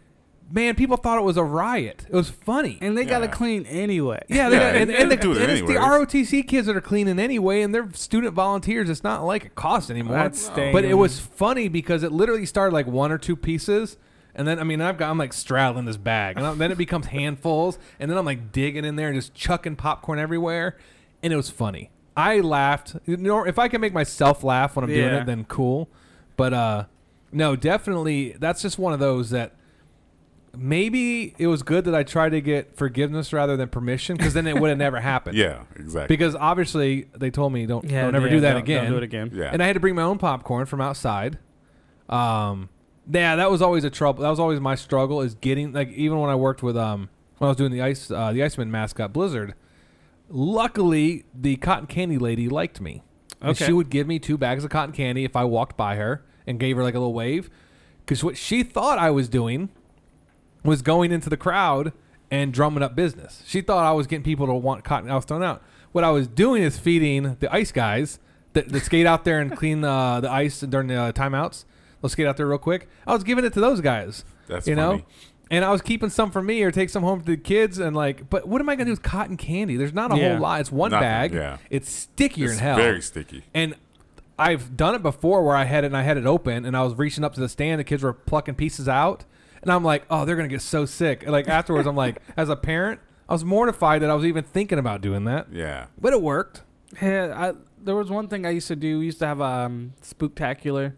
man, people thought it was a riot. It was funny, and they gotta clean anyway. Yeah, they Yeah, got, and, they and, the, do it and it's the anyways. ROTC kids that are cleaning anyway, and they're student volunteers. It's not like it costs anymore. That's No. but it staying. was funny because it literally started like one or two pieces. And then I mean I've got I'm like straddling this bag, and I'm- then it becomes handfuls, and then I'm like digging in there and just chucking popcorn everywhere, and it was funny. I laughed. You know, if I can make myself laugh when I'm doing Yeah. it, then cool. But uh, no, definitely that's just one of those that maybe it was good that I tried to get forgiveness rather than permission because then it would have never happened. Yeah, exactly. Because obviously they told me don't Yeah, don't ever yeah, do that don't- again. don't do it again. Yeah. And I had to bring my own popcorn from outside. Um, yeah, that was always a trouble. That was always my struggle is getting like even when I worked with um when I was doing the ice uh, the Iceman mascot Blizzard. Luckily, the cotton candy lady liked me. And Okay. she would give me two bags of cotton candy if I walked by her and gave her like a little wave. Because what she thought I was doing was going into the crowd and drumming up business. She thought I was getting people to want cotton. I was thrown out. What I was doing is feeding the ice guys that, that skate out there and clean uh, the ice during the uh, timeouts. They'll skate out there real quick. I was giving it to those guys. That's you know. funny. And I was keeping some for me or take some home to the kids and like, but what am I gonna do with cotton candy? There's not a Yeah. whole lot. It's one Nothing, bag. yeah. It's stickier It's than hell. very sticky. And I've done it before where I had it and I had it open and I was reaching up to the stand. The kids were plucking pieces out. And I'm like, oh, they're going to get so sick. And, like afterwards, I'm like, as a parent, I was mortified that I was even thinking about doing that. Yeah. But it worked. Yeah, I, there was one thing I used to do. We used to have um spooktacular.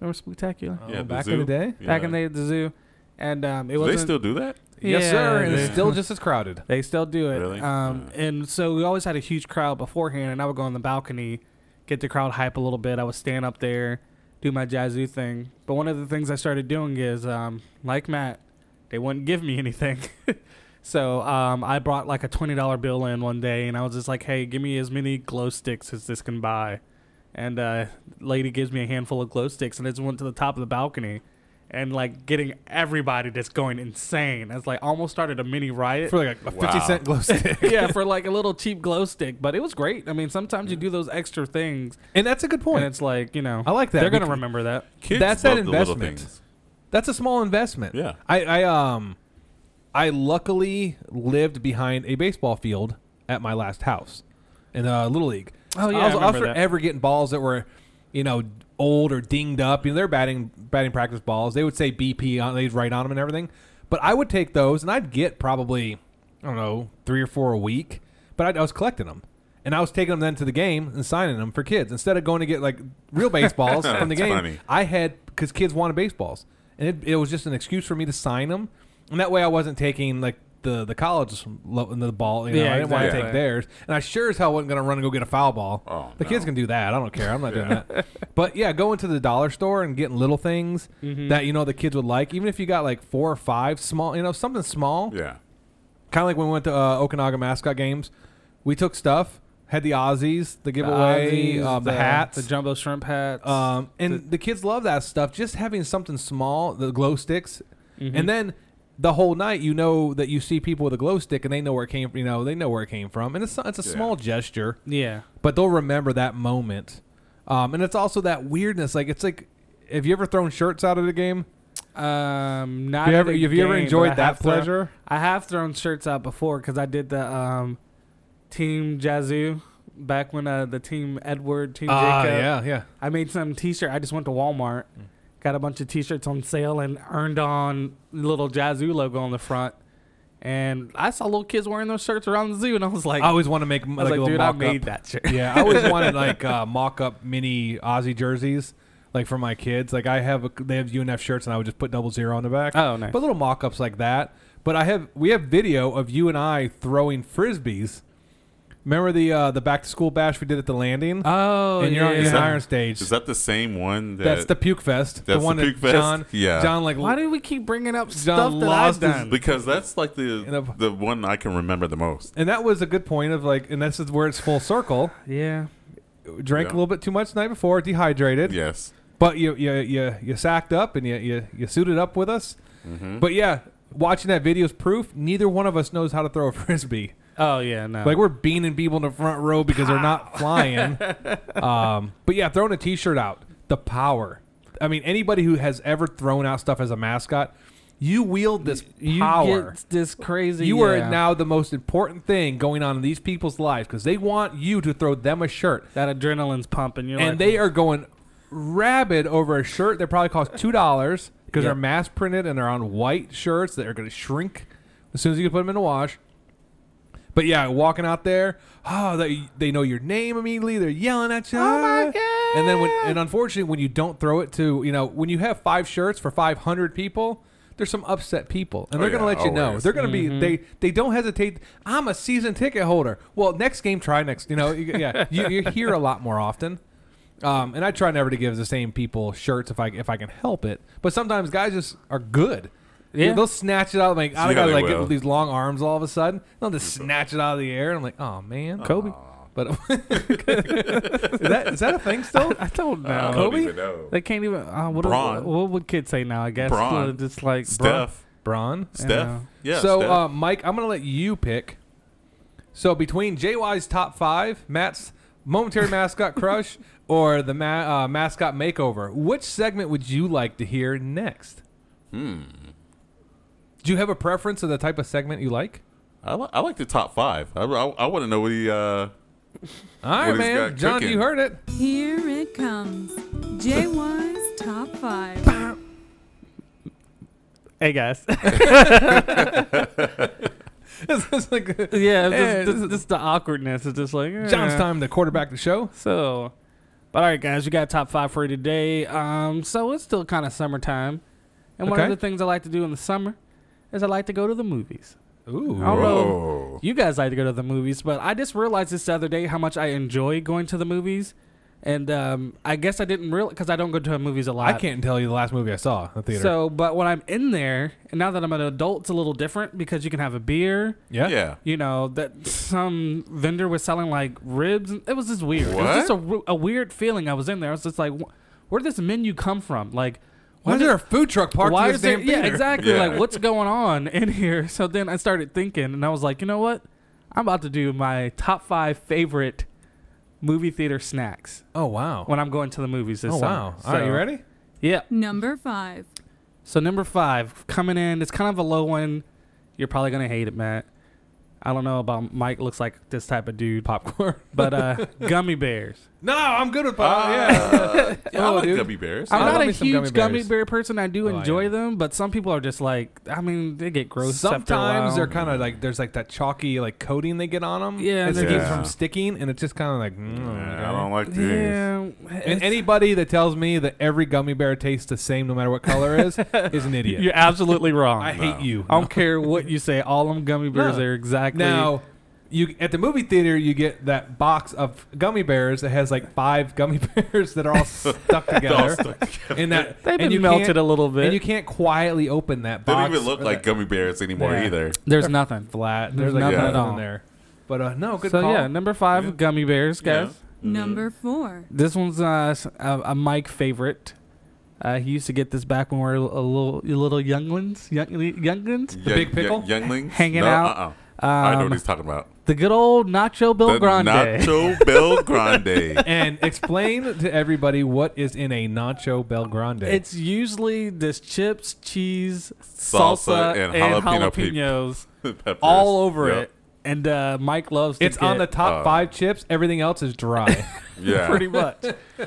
Remember spooktacular? Oh, Yeah, the back in the zoo. day? Back Yeah. in the day at the zoo, and um, it Do was they still do that? Yes, sir, and it's they- still just as crowded. They still do it. Really? Um, and so we always had a huge crowd beforehand, and I would go on the balcony, get the crowd hype a little bit. I would stand up there, do my jazzu thing. But one of the things I started doing is, um, like Matt, they wouldn't give me anything. so um, I brought like a twenty dollar bill in one day, and I was just like, "Hey, give me as many glow sticks as this can buy." And uh, lady gives me a handful of glow sticks, and it just went to the top of the balcony. And like getting everybody just going insane. It's like almost started a mini riot For, like, a- a 50 cent glow stick. yeah, for like a little cheap glow stick, but it was great. I mean, sometimes you do those extra things, and that's a good point. And it's like you know, I like that. They're gonna because remember that. that's that investment. That's a small investment. Yeah. I, I um I luckily lived behind a baseball field at my last house in uh, Little League. Oh, yeah, I I was, I was remember that. forever getting balls that were, you know, old or dinged up. You know, they're batting batting practice balls. They would say BP on they'd write on them and everything. But I would take those and I'd get probably I don't know three or four a week. But I, I was collecting them. And I was taking them then to the game and signing them for kids instead of going to get like real baseballs from the That's game. funny. I had because kids wanted baseballs, and it, it was just an excuse for me to sign them, and that way I wasn't taking like the the college lo- in the ball. You know, Yeah, I didn't want to exactly. take theirs, and I sure as hell wasn't going to run and go get a foul ball. Oh, the kids can do that. I don't care. I'm not doing that. But yeah, going to the dollar store and getting little things Mhm. that you know the kids would like, even if you got like four or five small, you know, something small. Yeah. Kind of like when we went to uh, Okanagan mascot games, we took stuff, had the Aussies, the giveaway, Ozzies, uh, the, hats, the jumbo shrimp hats. um, and the, kids love that stuff. Just having something small, the glow sticks, Mhm. and then the whole night, you know that you see people with a glow stick, and they know where it came. You know, they know where it came from, and it's it's a Yeah. small gesture. Yeah. but they'll remember that moment, um, and it's also that weirdness. Like it's like, have you ever thrown shirts out at a game? Um, not Have you at ever- a have you ever game, enjoyed but I that have thrown- pleasure? I have thrown shirts out before because I did the um, Team Jazoo back when uh, the Team Edward, Team Ah, Jacob. yeah, yeah. I made some T-shirt. I just went to Walmart, got a bunch of T-shirts on sale, and earned on little Jazoo logo on the front. And I saw little kids wearing those shirts around the zoo, and I was like, I always want to make I was like, a like little dude, I mock-up. made that shirt. Yeah, I always wanted like uh, mock up mini Aussie jerseys, like for my kids. Like I have a, they have UNF shirts, and I would just put double zero on the back. Oh, nice. But little mock ups like that. But I have we have video of you and I throwing frisbees. Remember the uh, the back to school bash we did at the landing? Oh, and you're on Is an that- iron stage. Is that the same one? That, That's the puke fest. That's the one puke that fest. John, yeah. John like Why do we keep bringing up John stuff that I've lost his- done? because that's like the the one I can remember the most. And that was a good point of like, and this is where it's full circle. yeah. Drank Yeah. a little bit too much the night before, dehydrated. Yes. But you you you, you sacked up and you, you you suited up with us. Mhm. But yeah, watching that video is proof neither one of us knows how to throw a frisbee. Oh yeah, no. Like we're beaning people in the front row because they're not flying. um, but yeah, throwing a t-shirt out, the power. I mean, anybody who has ever thrown out stuff as a mascot, you wield this you power. get this crazy. You are yeah. now the most important thing going on in these people's lives because they want you to throw them a shirt. That adrenaline's pumping. You're and like, they are going rabid over a shirt that probably costs two dollars because they're Yep. mass printed and they're on white shirts that are going to shrink as soon as you can put them in the wash. But yeah, walking out there, oh, they they know your name immediately. They're yelling at you. Oh my god! And then when and unfortunately, when you don't throw it to you know when you have five shirts for five hundred people. There's some upset people, Oh, and they're going to yeah, let you know. always. They're going to Mhm. be they they don't hesitate. I'm a season ticket holder. Well, next game, try next. You know, you- yeah, you, you hear a lot more often. Um, and I try never to give the same people shirts if I if I can help it. But sometimes guys just are good. You know, Yeah. they'll snatch it out like I Yeah, gotta they like will. get these long arms all of a sudden. They'll just snatch it out of the air. And I'm like, oh man, Kobe. But is that is that a thing still? I don't know. Uh, Kobe? Kobe? They can't even. Uh, what, Braun. what would kids say now? I guess Braun. Uh, just like Steph. Braun. Steph. Yeah. so, Steph. Uh, Mike, I'm going to let you pick. So, between JY's top five, Matt's momentary mascot crush, or the ma- uh, mascot makeover, which segment would you like to hear next? Hmm. Do you have a preference of the type of segment you like? I, li- I like the top five. I, want to know what he. Uh, All right, man. John, you heard it. Here it comes. JY's Top 5. Hey guys. This is like yeah, Eh, this, this, this, the awkwardness. It's just like eh. John's time to quarterback the show. So, but all right, guys, we got top five for you today. Um, so it's still kind of summertime, and one of Okay. the things I like to do in the summer is I like to go to the movies. Ooh. I don't know if you guys like to go to the movies, but I just realized this the other day how much I enjoy going to the movies. And um, I guess I didn't realize because I don't go to movies a lot. I can't tell you the last movie I saw at the theater. So, but when I'm in there, and now that I'm an adult, it's a little different because you can have a beer. Yeah. Yeah. You know that some vendor was selling like ribs. It was just weird. It was just a, ru- a weird feeling. I was in there. I was just like, "Wh- where did this menu come from? Like, Why is did- there a food truck parked Why in this is there- damn Yeah, theater? exactly. Yeah. Like, what's going on in here? So then I started thinking, and I was like, you know what? I'm about to do my top five favorite movie theater snacks. Oh wow! When I'm going to the movies this Oh, summer. wow. All right, you ready? Yeah. Number 5. So number five coming in, it's kind of a low one. You're probably gonna hate it, Matt. I don't know about Mike. Looks like this type of dude. Popcorn, but uh, gummy bears. No, I'm good with popcorn. yeah. Ah. yeah, I like gummy bears. I'm I not love a me some huge gummy gummy, bears. bear person. I do Oh, enjoy them, but some people are just like, I mean, they get gross. after a Sometimes while. they're kind of like there's like that chalky like coating they get on them. Yeah, and it they're keeps just- from sticking, and it's just kind of like mm, I don't like these. Yeah, And anybody that tells me that every gummy bear tastes the same no matter what color it is is an idiot. You're absolutely wrong. I hate you. I don't care what you say. All them gummy bears No. are exactly. Now, you at the movie theater, you get that box of gummy bears that has like five gummy bears that are all stuck They're all together. stuck together. And that They've and been you melted can't- a little bit. And you can't quietly open that They box. don't even look or like that- gummy bears anymore Yeah. either. There's nothing flat. There's, There's like nothing nothing at all in there. But uh, no, good so call. yeah, number five, gummy bears, guys. Mm-hmm. Number four. This one's uh, s- a, a Mike favorite. Uh, he used to get this back when we were a little little younglings, young, younglings, Young- young- younglings? hanging No, out. uh-uh. I know what Um, he's talking about. The good old Nacho Bill The Grande. Nacho Bel Grande. and explain to everybody what is in a nacho bel grande. It's usually this chips, cheese, Salsa salsa, and and, jalapeno pe- jalapenos peppers. all over Yep. it. And uh, Mike loves. To it's on the get- Uh. top five chips. Everything else is dry. Yeah. pretty much.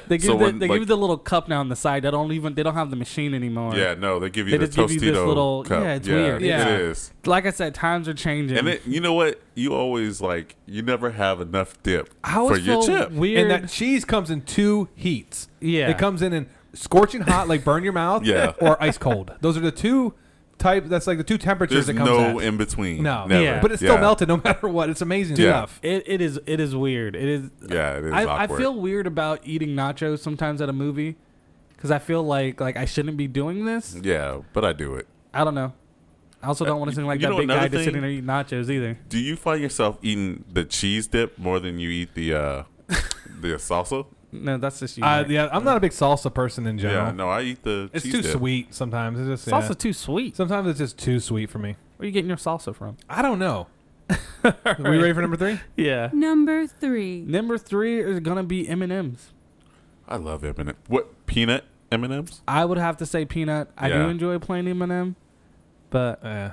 They give So the, when, they like- give you the little cup now on the side. They don't even they don't have the machine anymore. Yeah, no, they give you the just give you this Tostito little cup. yeah, it's Yeah, weird. it yeah. is. Like I said, times are changing. And it, you know what? You always like you never have enough dip I for always your felt chip. weird- And that cheese comes in two heats. Yeah. It comes in and scorching hot, like burn your mouth. Yeah. Or ice cold. Those are the two type. That's like the two temperatures There's it comes no at. in between. No. Never. But it's still Yeah. melted no matter what. It's amazing Yeah. stuff. It, it is it is weird. It is. Yeah, it is I, I awkward. feel weird about eating nachos sometimes at a movie because I feel like like I shouldn't be doing this. Yeah, but I do it. I don't know. I also don't want to seem like you that know big guy another just sitting thing? there eating nachos either. Do you find yourself eating the cheese dip more than you eat the uh the salsa? No, that's just you. Uh, yeah, I'm not a big salsa person in general. Yeah, no, I eat the It's cheese too dip. sweet sometimes. It's just Salsa yeah. too sweet. Sometimes it's just too sweet for me. Where are you getting your salsa from? I don't know. Are we ready for number three? Yeah. Number three. Number three is gonna be M and M's. I love M and M. What peanut M and M's? I would have to say peanut. I do Yeah. enjoy plain M and M, but uh,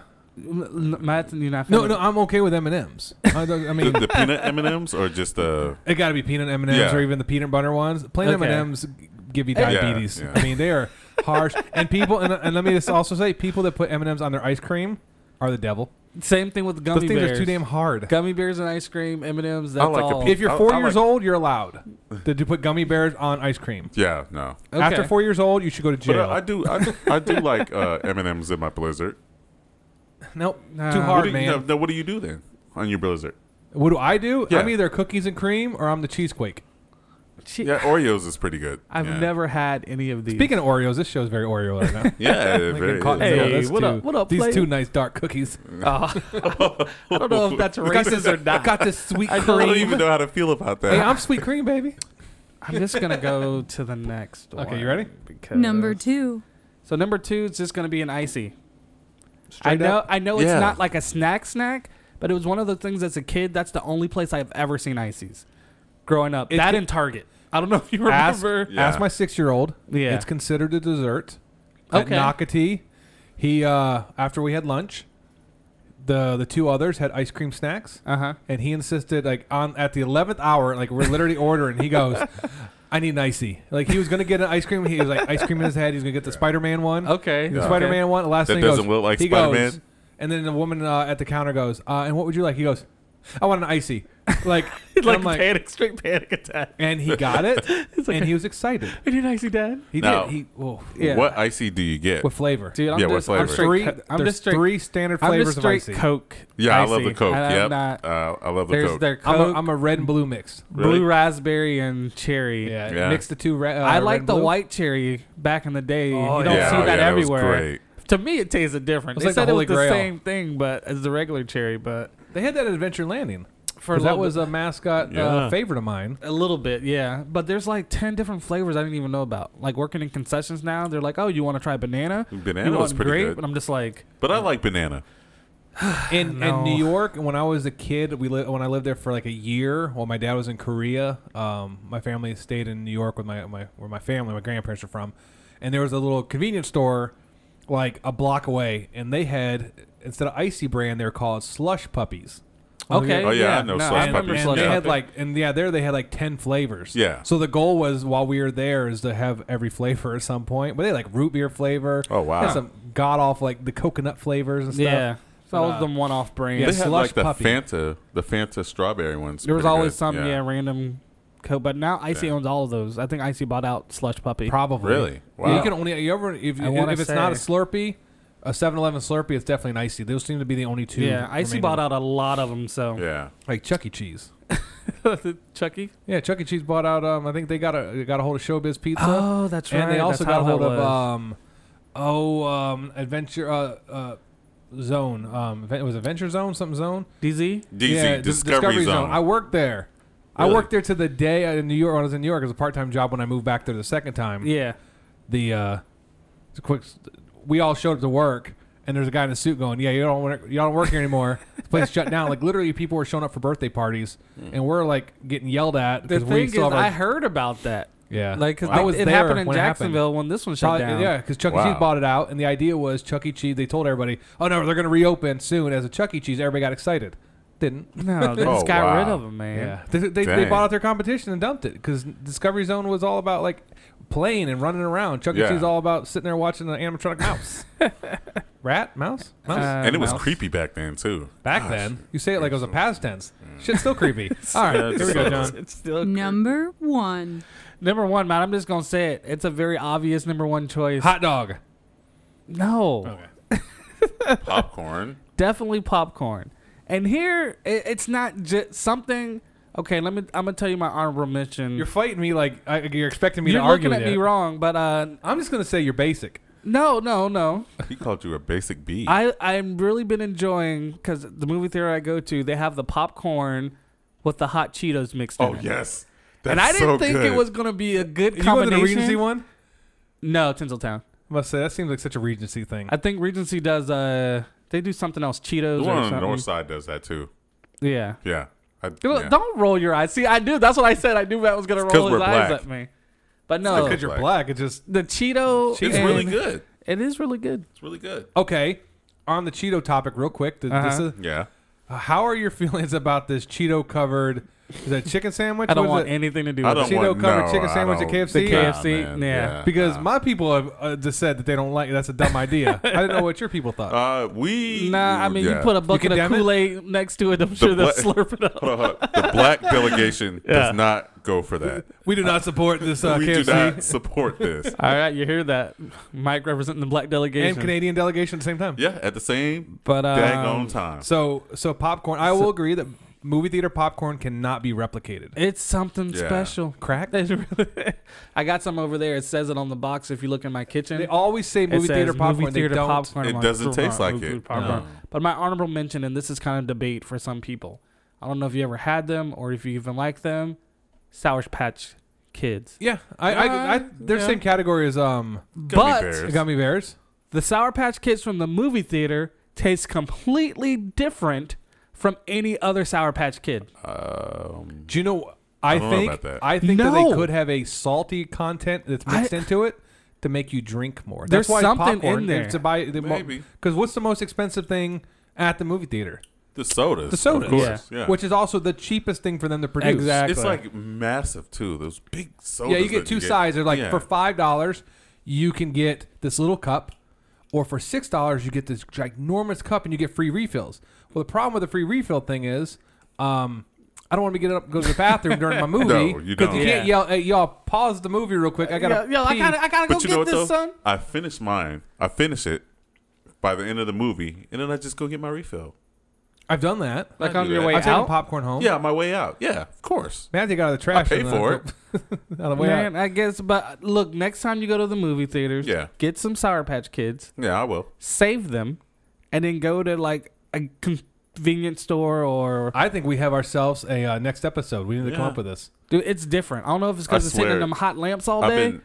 Matt, you're not. No, feeling no, it. I'm okay with M and M's. I don't- I mean, the peanut M and M's or just the It got to be peanut M and M's Yeah. or even the peanut butter ones. Plain M Okay. and M's give you Yeah, diabetes. yeah. I mean, they are harsh. And people, and, and let me just also say, people that put M and M's on their ice cream are the devil. Same thing with gummy Those things bears. are too damn hard. Gummy bears and ice cream, M and M's. That's all. If you're four years old, you're allowed to, to put gummy bears on ice cream. Yeah, no. After Okay. four years old, you should go to But jail. uh, I do I, do- I do like uh M and M's in my blizzard. nope, Nah. too What hard, do you, man. No, no, what do you do then on your blizzard? What do I do? Yeah. I'm either cookies and cream or I'm the cheesequake. Yeah, Oreos is pretty good. I've yeah. never had any of these. Speaking of Oreos, this show's very Oreo right now. Yeah, it Like getting very caught in the is. middle of Hey, those what two- up- what up, These player? two nice dark cookies. Uh, I don't know if that's We got this- racist or not. Got this sweet I cream. don't even know how to feel about that. Hey, I'm sweet cream, baby. I'm just gonna go to the next. Okay, one you ready? Because Number two. so number two is just gonna be an icy. I Straight know. up? I know Yeah. it's not like a snack snack, but it was one of the things as a kid. That's the only place I've ever seen ices. Growing up, It's that ca- and Target. I don't know if you Ask, remember. ask my six year old. Yeah. It's considered a dessert. Okay. At Nocatee, he uh, after we had lunch, the the two others had ice cream snacks. Uh-huh. And he insisted like on at the eleventh hour, like we're literally ordering. He goes, I need an icy. Like he was gonna get an ice cream. He was like ice cream in his head. He's gonna get the Spider Man one. Okay, The okay. Spider Man one. Last That thing he doesn't goes- look like he goes- Spider-Man. And then the woman uh, at the counter goes, uh, and what would you like? He goes, I want an icy. Like, and like, I'm panic, straight panic attack. and he got it, and he was excited. I need icy, Dad. He Now, did. He oh, What icy do you get? With flavor. Dude, I'm yeah, just- what I'm flavor? straight Three, co- I'm there's just straight- three standard I'm just flavors straight of icy. Coke. Yeah, I love the Icy. Coke. I- I'm yep. not- uh, I love the There's Coke. their I'm a- Coke. I'm a red and blue mix. Really? Blue raspberry and cherry. Yeah, Yeah. mix the two. Ra- uh, I red like and the blue. white cherry back in the day. Oh, you don't yeah. see Yeah, that yeah, that was everywhere. great. To me, it tasted different. It's they like the said Holy it was Grail. the same thing, but as the regular cherry. But They had that at Adventure Landing. For a 'Cause that little was bit. a mascot Yeah. uh, favorite of mine. a little bit, yeah. But there's like ten different flavors I didn't even know about. Like working in concessions now, they're like, "Oh, you want to try banana? Banana you was want pretty grape?" good. But I'm just like, but I like banana. In No. in New York, when I was a kid, we li- when I lived there for like a year while my dad was in Korea. Um, my family stayed in New York with my, my where my family, my grandparents are from, and there was a little convenience store like a block away, and they had instead of icy brand, they were called slush puppies. Okay. Oh, yeah, I know slush and, puppies. and they Yeah. had like, and yeah, there they had like ten flavors. Yeah. So the goal was while we were there is to have every flavor at some point. But they had like root beer flavor. Oh wow. some god off like the coconut flavors and stuff. Yeah. It's all Uh, them one-off brands. Yeah, they had slush like the puppy. Fanta, the Fanta strawberry ones. There was pretty always good. some yeah, random coke, but now Icy Yeah. owns all of those. I think Icy bought out Slush Puppy. Probably. Really? Yeah, Wow. you can only you ever if, I wanna if it's not a say- Slurpee, a 7-Eleven Slurpee, it's definitely an icy. Those seem to be the only two. Yeah, Icy remaining. bought out a lot of them. So Yeah. like Chuck E. Cheese. Chucky. Yeah, Chuck E. Cheese bought out. Um, I think they got a they got a hold of Showbiz Pizza. Oh, that's And they right. also That's got a how hold that of was. um, oh, um, Adventure uh, uh, Zone. Um, Adven- it was Adventure Zone, something Zone. DZ. DZ, yeah, Dis- Discovery Zone. I worked there. I Really? worked there to the day I- in New York. When I was in New York, it was a part time job. When I moved back there the second time, Yeah. the uh, it's a quick. We all showed up to work, and there's a guy in a suit going, "Yeah, you don't work, you don't work here anymore. This place shut down." Like literally, people were showing up for birthday parties, and we're like getting yelled at The because we thing is, still have our- I heard about that. Yeah, Like, 'cause I it- was it there happened in when it happened. Jacksonville when this one shut Probably- down. Yeah, because Chuck E. Wow. Cheese bought it out, and the idea was Chuck E. Cheese. They told everybody, "Oh no, they're going to reopen soon." As a Chuck E. Cheese, everybody got excited. Didn't? No, they just Oh, got wow. rid of 'em, man. Yeah, they, they, they Dang. bought out their competition and dumped it because Discovery Zone was all about like playing and running around. Chuck E. Yeah. Cheese all about sitting there watching an animatronic mouse, rat, mouse, mouse, Uh, and it was creepy back then too. Back Gosh. then, you say it like it was a past tense. Shit's still creepy. All right, Yeah, here we go, so- John. number one. Number one, man. I'm just gonna say it. It's a very obvious number one choice. Hot Oh. dog. No. popcorn. definitely popcorn. And here, it, it's not just something. Okay, let me. I'm gonna tell you my honorable mention. You're fighting me like I, you're expecting me you're to argue looking with at me you. wrong, but uh, I'm just gonna say you're basic. No, no, no. He called you a basic B. I I'm really been enjoying because the movie theater I go to, they have the popcorn with the hot Cheetos mixed Oh, in. it. yes. and I That's didn't so think it good. was gonna be a good You go to combination. the Regency one? No, Tinseltown. must say that seems like such a Regency thing. I think Regency does. Uh, they do something else. Cheetos The or one on the something. north side does that too. Yeah. Yeah. I, Dude, yeah. Don't roll your eyes. See, I knew. That's what I said. I knew Matt was gonna It's 'cause roll his we're eyes black. at me. But It's no, 'cause you're black. It's just the Cheeto. It's and- really good. It is really good. It's really good. Oh. Okay, on the Cheeto topic, real quick. th- this Uh-huh. is- Yeah. Uh, How are your feelings about this Cheeto covered? Is that chicken sandwich? I don't What is want it? anything to do I with don't it. Cheeto want- covered no, chicken I sandwich at don't- KFC. The KFC? Nah, man, yeah. Uh, yeah, Because my people have uh, just said that they don't like it. That's a dumb idea. I didn't know what your people thought. Uh, we. Nah, I mean, you put a bucket of condemn it? Kool Aid next to it. I'm sure they'll bla- slurp it up. Hold on, hold on. The black delegation Yeah. does not go for that. We do not support this uh, we KFC do not support this. All right, you hear that? Mike representing the black delegation and Canadian delegation at the same time. Yeah, at the same But, um, daggone time. So so popcorn. I will agree that movie theater popcorn cannot be replicated. It's something Yeah. special. Crack. I got some over there. It says it on the box. If you look in my kitchen, They always say It movie says theater movie popcorn. They theater don't- popcorn. It I'm doesn't "Ugh, taste like movie it." theater popcorn." No. But my honorable mention, and this is kind of debate for some people. I don't know if you ever had them or if you even like them. Sour Patch Kids. Yeah, I, I, I Uh, they're yeah. same category as um But- bears. gummy bears. The Sour Patch Kids from the movie theater tastes completely different from any other Sour Patch Kid. Um, Do you know? I, I don't know think about that. I think that No. they could have a salty content that's mixed into it to make you drink more. There's That's why something popcorn, in there. It's about the Maybe. because what's the most expensive thing at the movie theater? The sodas. The Of sodas, course. Yeah. which is also the cheapest thing for them to produce. It's like massive too. Those big sodas. yeah, you get that two sides. They're like Yeah. for five dollars, you can get this little cup, or for six dollars, you get this ginormous cup and you get free refills. Well, the problem with the free refill thing is, um, I don't want to get up and go to the bathroom during my movie No, you don't. you Yeah. can't yell. Hey, y'all, pause the movie real quick. I gotta. Yo, yo, I pee." gotta- I gotta But you know what though? I finished mine. I finish it by the end of the movie, and then I just go get my refill. I've done that. Like I on do your that. way I've taken out? popcorn home. Yeah, on my way out. Yeah, of course. Man, I take it out of Oh. the trash. I pay and then for go- out of the way out. Man, I guess. But look, next time you go to the movie theaters, Yeah. get some Sour Patch Kids. Yeah, I will. Save them, and then go to like a convenience store or. I think we have ourselves a uh, next episode. We need to come Yeah. up with this. Dude, it's different. I don't know if it's I because it's hitting swear. them hot lamps all I've day. been,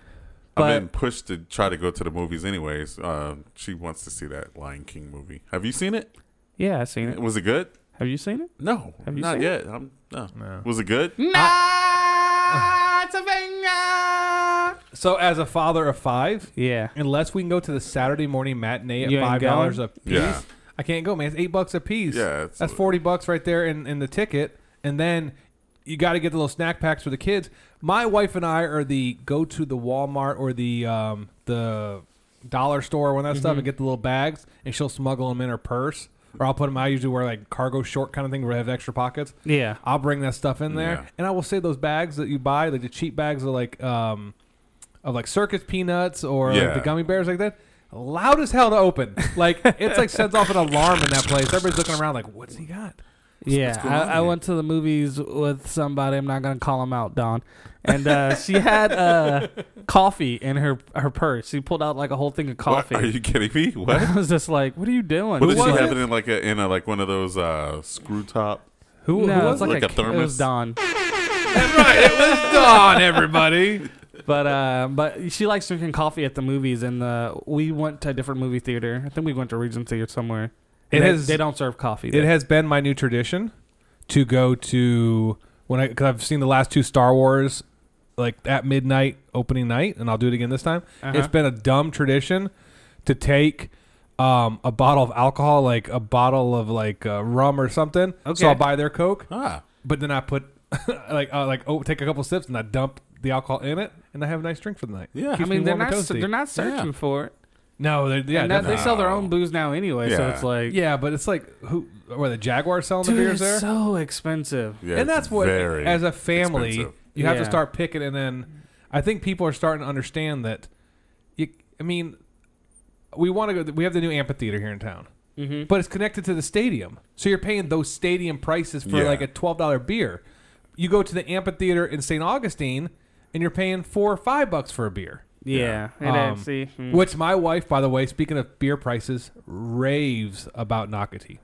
but- I've been pushed to try to go to the movies. Anyways, uh, she wants to see that Lion King movie. Have you seen it? yeah, I seen it. Was it good? Have you seen it? No, Have you not seen yet. It? I'm no. Was it good? Mm. Pennsylvania. So, as a father of five, yeah, unless we can go to the Saturday morning matinee at You ain't five dollars going? a piece, Yeah. I can't go, man. It's eight bucks a piece. Yeah, it's- that's forty bucks right there in, in the ticket, and then you got to get the little snack packs for the kids. My wife and I are the go to the Walmart or the um, the dollar store or one of that stuff Mhm. and get the little bags, and she'll smuggle them in her purse. Or I'll put them. I usually wear like cargo short kind of thing where I have extra pockets. Yeah. I'll bring that stuff in there, Yeah. and I will say those bags that you buy, like the cheap bags of like um, of like circus peanuts or like, Yeah. the gummy bears like that. Loud as hell to open. Like it's like sends off an alarm in that place. Everybody's looking around like, what's he got? What's- Yeah, what's going on I, I here? went to the movies with somebody. I'm not gonna call him out, Don. And uh, she had uh, coffee in her her purse. She pulled out like a whole thing of What? coffee. Are you kidding me? What? I was just like, "What are you doing?" What did Who she was have it? it in like a in a like one of those uh, screw top? Who, no, it's like, like a, a, thermos? It was Don. right, it was Don, everybody. But uh, but she likes drinking coffee at the movies, and uh, we went to a different movie theater. I think we went to Regency or somewhere. It they, has- they don't serve coffee. It there. has been my new tradition to go to when I because I've seen the last two Star Wars like at midnight opening night, and I'll do it again this time. Uh-huh. It's been a dumb tradition to take um, a bottle of alcohol, like a bottle of like uh, rum or something. Okay. So I'll buy their Coke, ah. but then I put like uh, like oh, take a couple sips and I dump the alcohol in it, and I have a nice drink for the night. I Keeps me mean, they're warm and not toasty. they're not searching Yeah. for it. No, they're, yeah, And that- they definitely. sell their own booze now anyway, so it's like yeah, but it's like who were the Jaguars selling Dude, the beers it's there? so expensive. Yeah, and it's that's what, very as a family, expensive. you have to Yeah. start picking. And then I think people are starting to understand that. You, I mean, we want to go. We have the new amphitheater here in town, Mhm. but it's connected to the stadium, so you're paying those stadium prices for Yeah. like a twelve dollar beer. You go to the amphitheater in St. Augustine, and you're paying four or five bucks for a beer. Yeah, and Um, then see, hmm. Which my wife, by the way, speaking of beer prices, raves about Nocatee.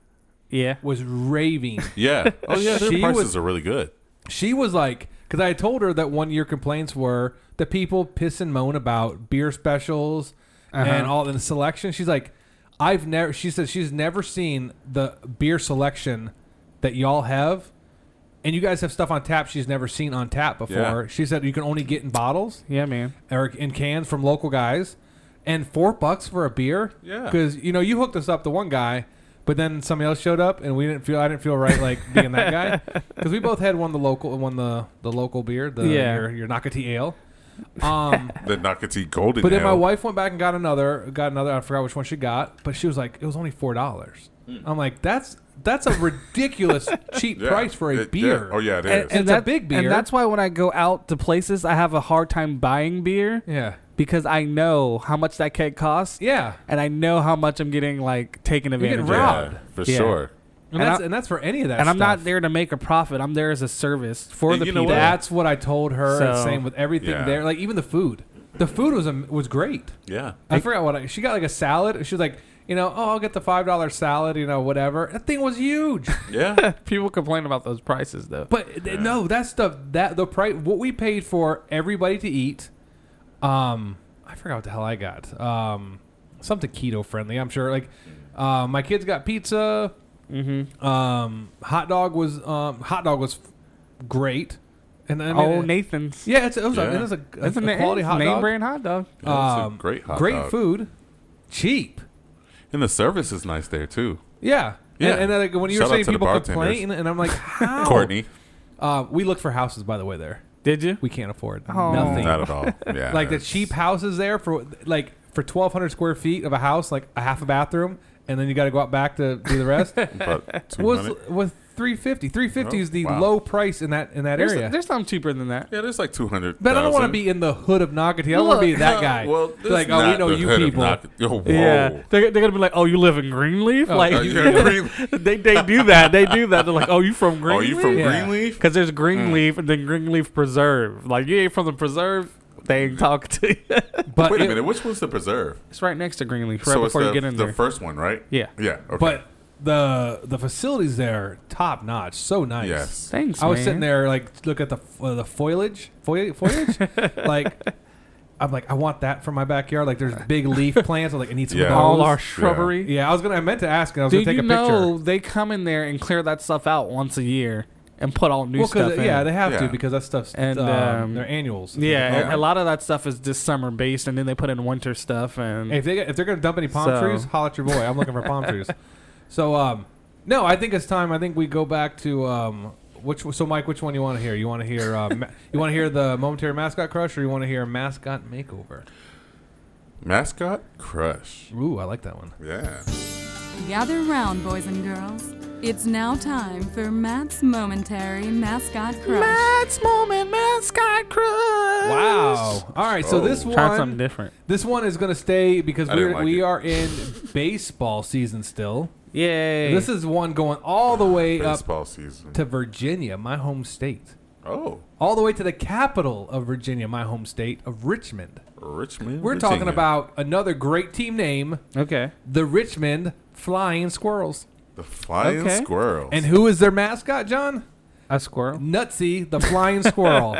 Yeah, was raving. Yeah. Oh yeah, their She prices was- are really good. She was like, because I had told her that one of your complaints were that people piss and moan about beer specials Uh-huh. and all the selection. She's like, I've never. She said she's never seen the beer selection that y'all have, and you guys have stuff on tap she's never seen on tap before. Yeah. She said you can only get in bottles. Yeah, man. Or in cans from local guys, and four bucks for a beer. Yeah. Because you know you hooked us up to one guy. But then somebody else showed up, and we didn't feel. I didn't feel right like being that guy because we both had one the local, one the the local beer, the Yeah. your, your Nakati ale. Um, The Nakati Golden. but then my Ale. wife went back and got another, got another. I forgot which one she got, but she was like, it was only four dollars. I'm like, that's that's a ridiculous cheap Hmm. Yeah, price for a it- yeah. beer. Oh, yeah, it and, is. and it's a that- big beer. And that's why when I go out to places, I have a hard time buying beer. Yeah. Because I know how much that keg costs. Yeah. And I know how much I'm getting like taken getting advantage of. robbed. Yeah, for sure. And that's- and that's for any of that And I'm not stuff. there to make a profit. I'm there as a service for the people. That's what I told her. and So- same with everything Yeah. there, like even the food. The food was am- was great. Yeah. I forgot what I, she got like a salad. She was like, you know, oh, I'll get the five dollar salad, you know, whatever. That thing was huge. Yeah. people complain about those prices though. But th- no, that stuff that the price what we paid for everybody to eat. Um, I forgot what the hell I got. Um, something keto friendly. I'm sure. Like, uh, my kids got pizza. Mm-hmm. Um, hot dog was um, hot dog was f- great. And I mean, Oh, it- Nathan's. Yeah, it's, it was a, Yeah. it was a, a, It's a a na- quality hot name dog. brand hot dog. Yeah, it's a great hot Um, great dog. food, cheap. And the service is nice there too. Yeah. Yeah. And, and then, like, when you Shout out were saying to the people bartenders. complain, and I'm like, how? Courtney. Uh, we looked for houses, by the way, there. Did you? We can't afford Oh. nothing. Not at all. Yeah, like, the cheap houses there for, like, for 1,200 square feet of a house, like a half a bathroom, and then you got to go out back to do the rest. About was, 200? was 350 350 Oh, is the wow. low price in that in that There's, area. there's something cheaper than that. Yeah, there's like two hundred. Uh, But I don't want to be in the hood of Nocatee. I don't want to be Look. that guy. Well, Be this like, is oh, we not know the you hood of people. Noc- Oh, whoa. Yeah, they're, they're gonna be like, "Oh, you live in Greenleaf?" Oh, like, you're in they they do that. They do that. They're like, "Oh, you from Greenleaf? you from Greenleaf? Mm. Because there's Greenleaf and then Greenleaf Preserve. Like, you ain't from the Preserve. They ain't talking to you. wait a minute, which one's the preserve? It's right next to Greenleaf. Right so it's before the, you get in the there. first one, right? Yeah. Yeah. Okay. But the the facilities there top notch, so nice. Yes. Thanks, I was man. sitting there like look at the uh, the foliage, foliage, foliage. like I'm like I want that for my backyard. Like there's big leaf plants. I'm like I need some of Yeah. those. All our shrubbery. Yeah. I was gonna I meant to ask and I was Do gonna take you a know picture. they come in there and clear that stuff out once a year and put all new Well, 'cause, stuff in? yeah, they have to because that stuff's and um, um, their annuals. Yeah, Yeah. and a lot of that stuff is just summer based, and then they put in winter stuff. And If they if they're gonna dump any palm trees, holla at your boy. I'm looking for palm trees. So um, no, I think it's time. I think we go back to um, which. So Mike, which one you want to hear? You want to hear? Uh, ma- you want to hear the momentary mascot crush, or you want to hear mascot makeover? Mascot crush. Ooh, I like that one. Yeah. Gather round, boys and girls. It's now time for Matt's momentary mascot crush. Matt's moment mascot crush. Wow. All right. So Oh. this one, Try something different. This one is going to stay because I didn't we're, like we it. are in baseball season still. Yay. This is one going all the way Baseball up season. to Virginia, my home state. Oh. All the way to the capital of Virginia, my home state of Richmond. Richmond. We're talking Virginia. about another great team name. Okay. The Richmond Flying Squirrels. The Flying Okay. Squirrels. And who is their mascot, John? A squirrel. Nutsy, the flying squirrel.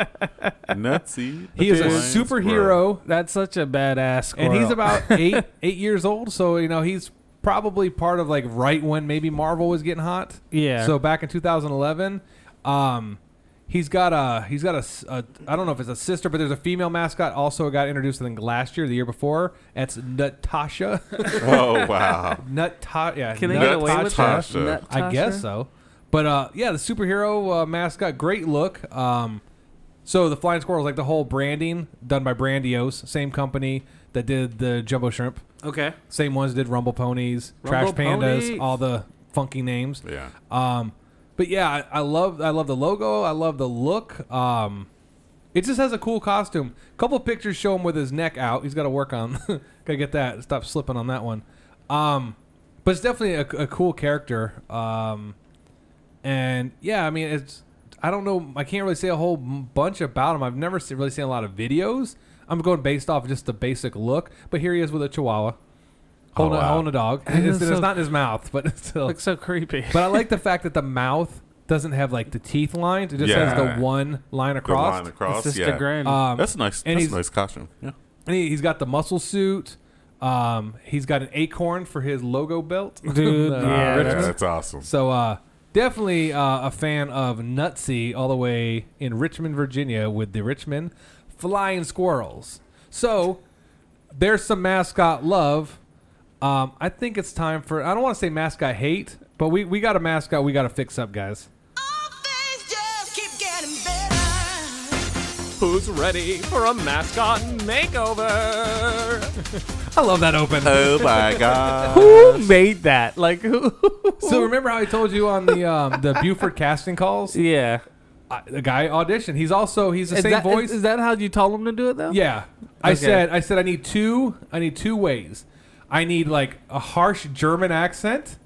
Nutsy. He is a superhero. That's such a badass and he's squirrel. about eight eight years old. So you know he's probably part of like right when maybe Marvel was getting hot. Yeah. So back in 2011, um, he's got a he's got a, s- a I don't know if it's a sister, but there's a female mascot also got introduced I think last year, the year before. That's Natasha. Oh, wow. Natasha. Yeah. Can they get away with that? Natasha. I guess so. But uh, yeah, the superhero uh, mascot, great look. Um, so the flying squirrel is like the whole branding done by Brandios, same company that did the jumbo shrimp. Okay. Same ones did Rumble Ponies, Rumble Trash Pandas, Ponies. all the funky names. Yeah. Um, but yeah, I, I love I love the logo. I love the look. Um, it just has a cool costume. couple pictures show him with his neck out. He's got to work on. gotta get that. Stop slipping on that one. Um, but it's definitely a, a cool character. Um, and yeah, I mean, it's I don't know. I can't really say a whole m- bunch about him. I've never se- really seen a lot of videos. I'm going based off just the basic look. But here he is with a chihuahua. Holding, Oh, a, wow. holding a dog. And It's, it's it's so- not in his mouth, but it's still Looks so creepy. but I like the fact that the mouth doesn't have like the teeth lines. It just has Yeah. the one line across. The line across. yeah. Um, that's nice. And That's a he's nice costume. Yeah. and he, he's got the muscle suit. Um, he's got an acorn for his logo belt. Dude, The- yeah, Richmond. that's- That's awesome. So uh, definitely uh, a fan of Nutsy all the way in Richmond, Virginia, with the Richmond Flying Squirrels. So there's some mascot love. Um, I think it's time for I don't want to say mascot hate, but we, we got a mascot we got to fix up, guys. Who's ready for a mascot makeover? I love that open. Oh my god. Who made that? Like who? So remember how I told you on the um, the Buford casting calls? Yeah. I, the guy auditioned. He's also he's the Is same that- voice. Is, is that how you told him to do it though? Yeah. I Okay. said I said I need two I need two ways. I need like a harsh German accent.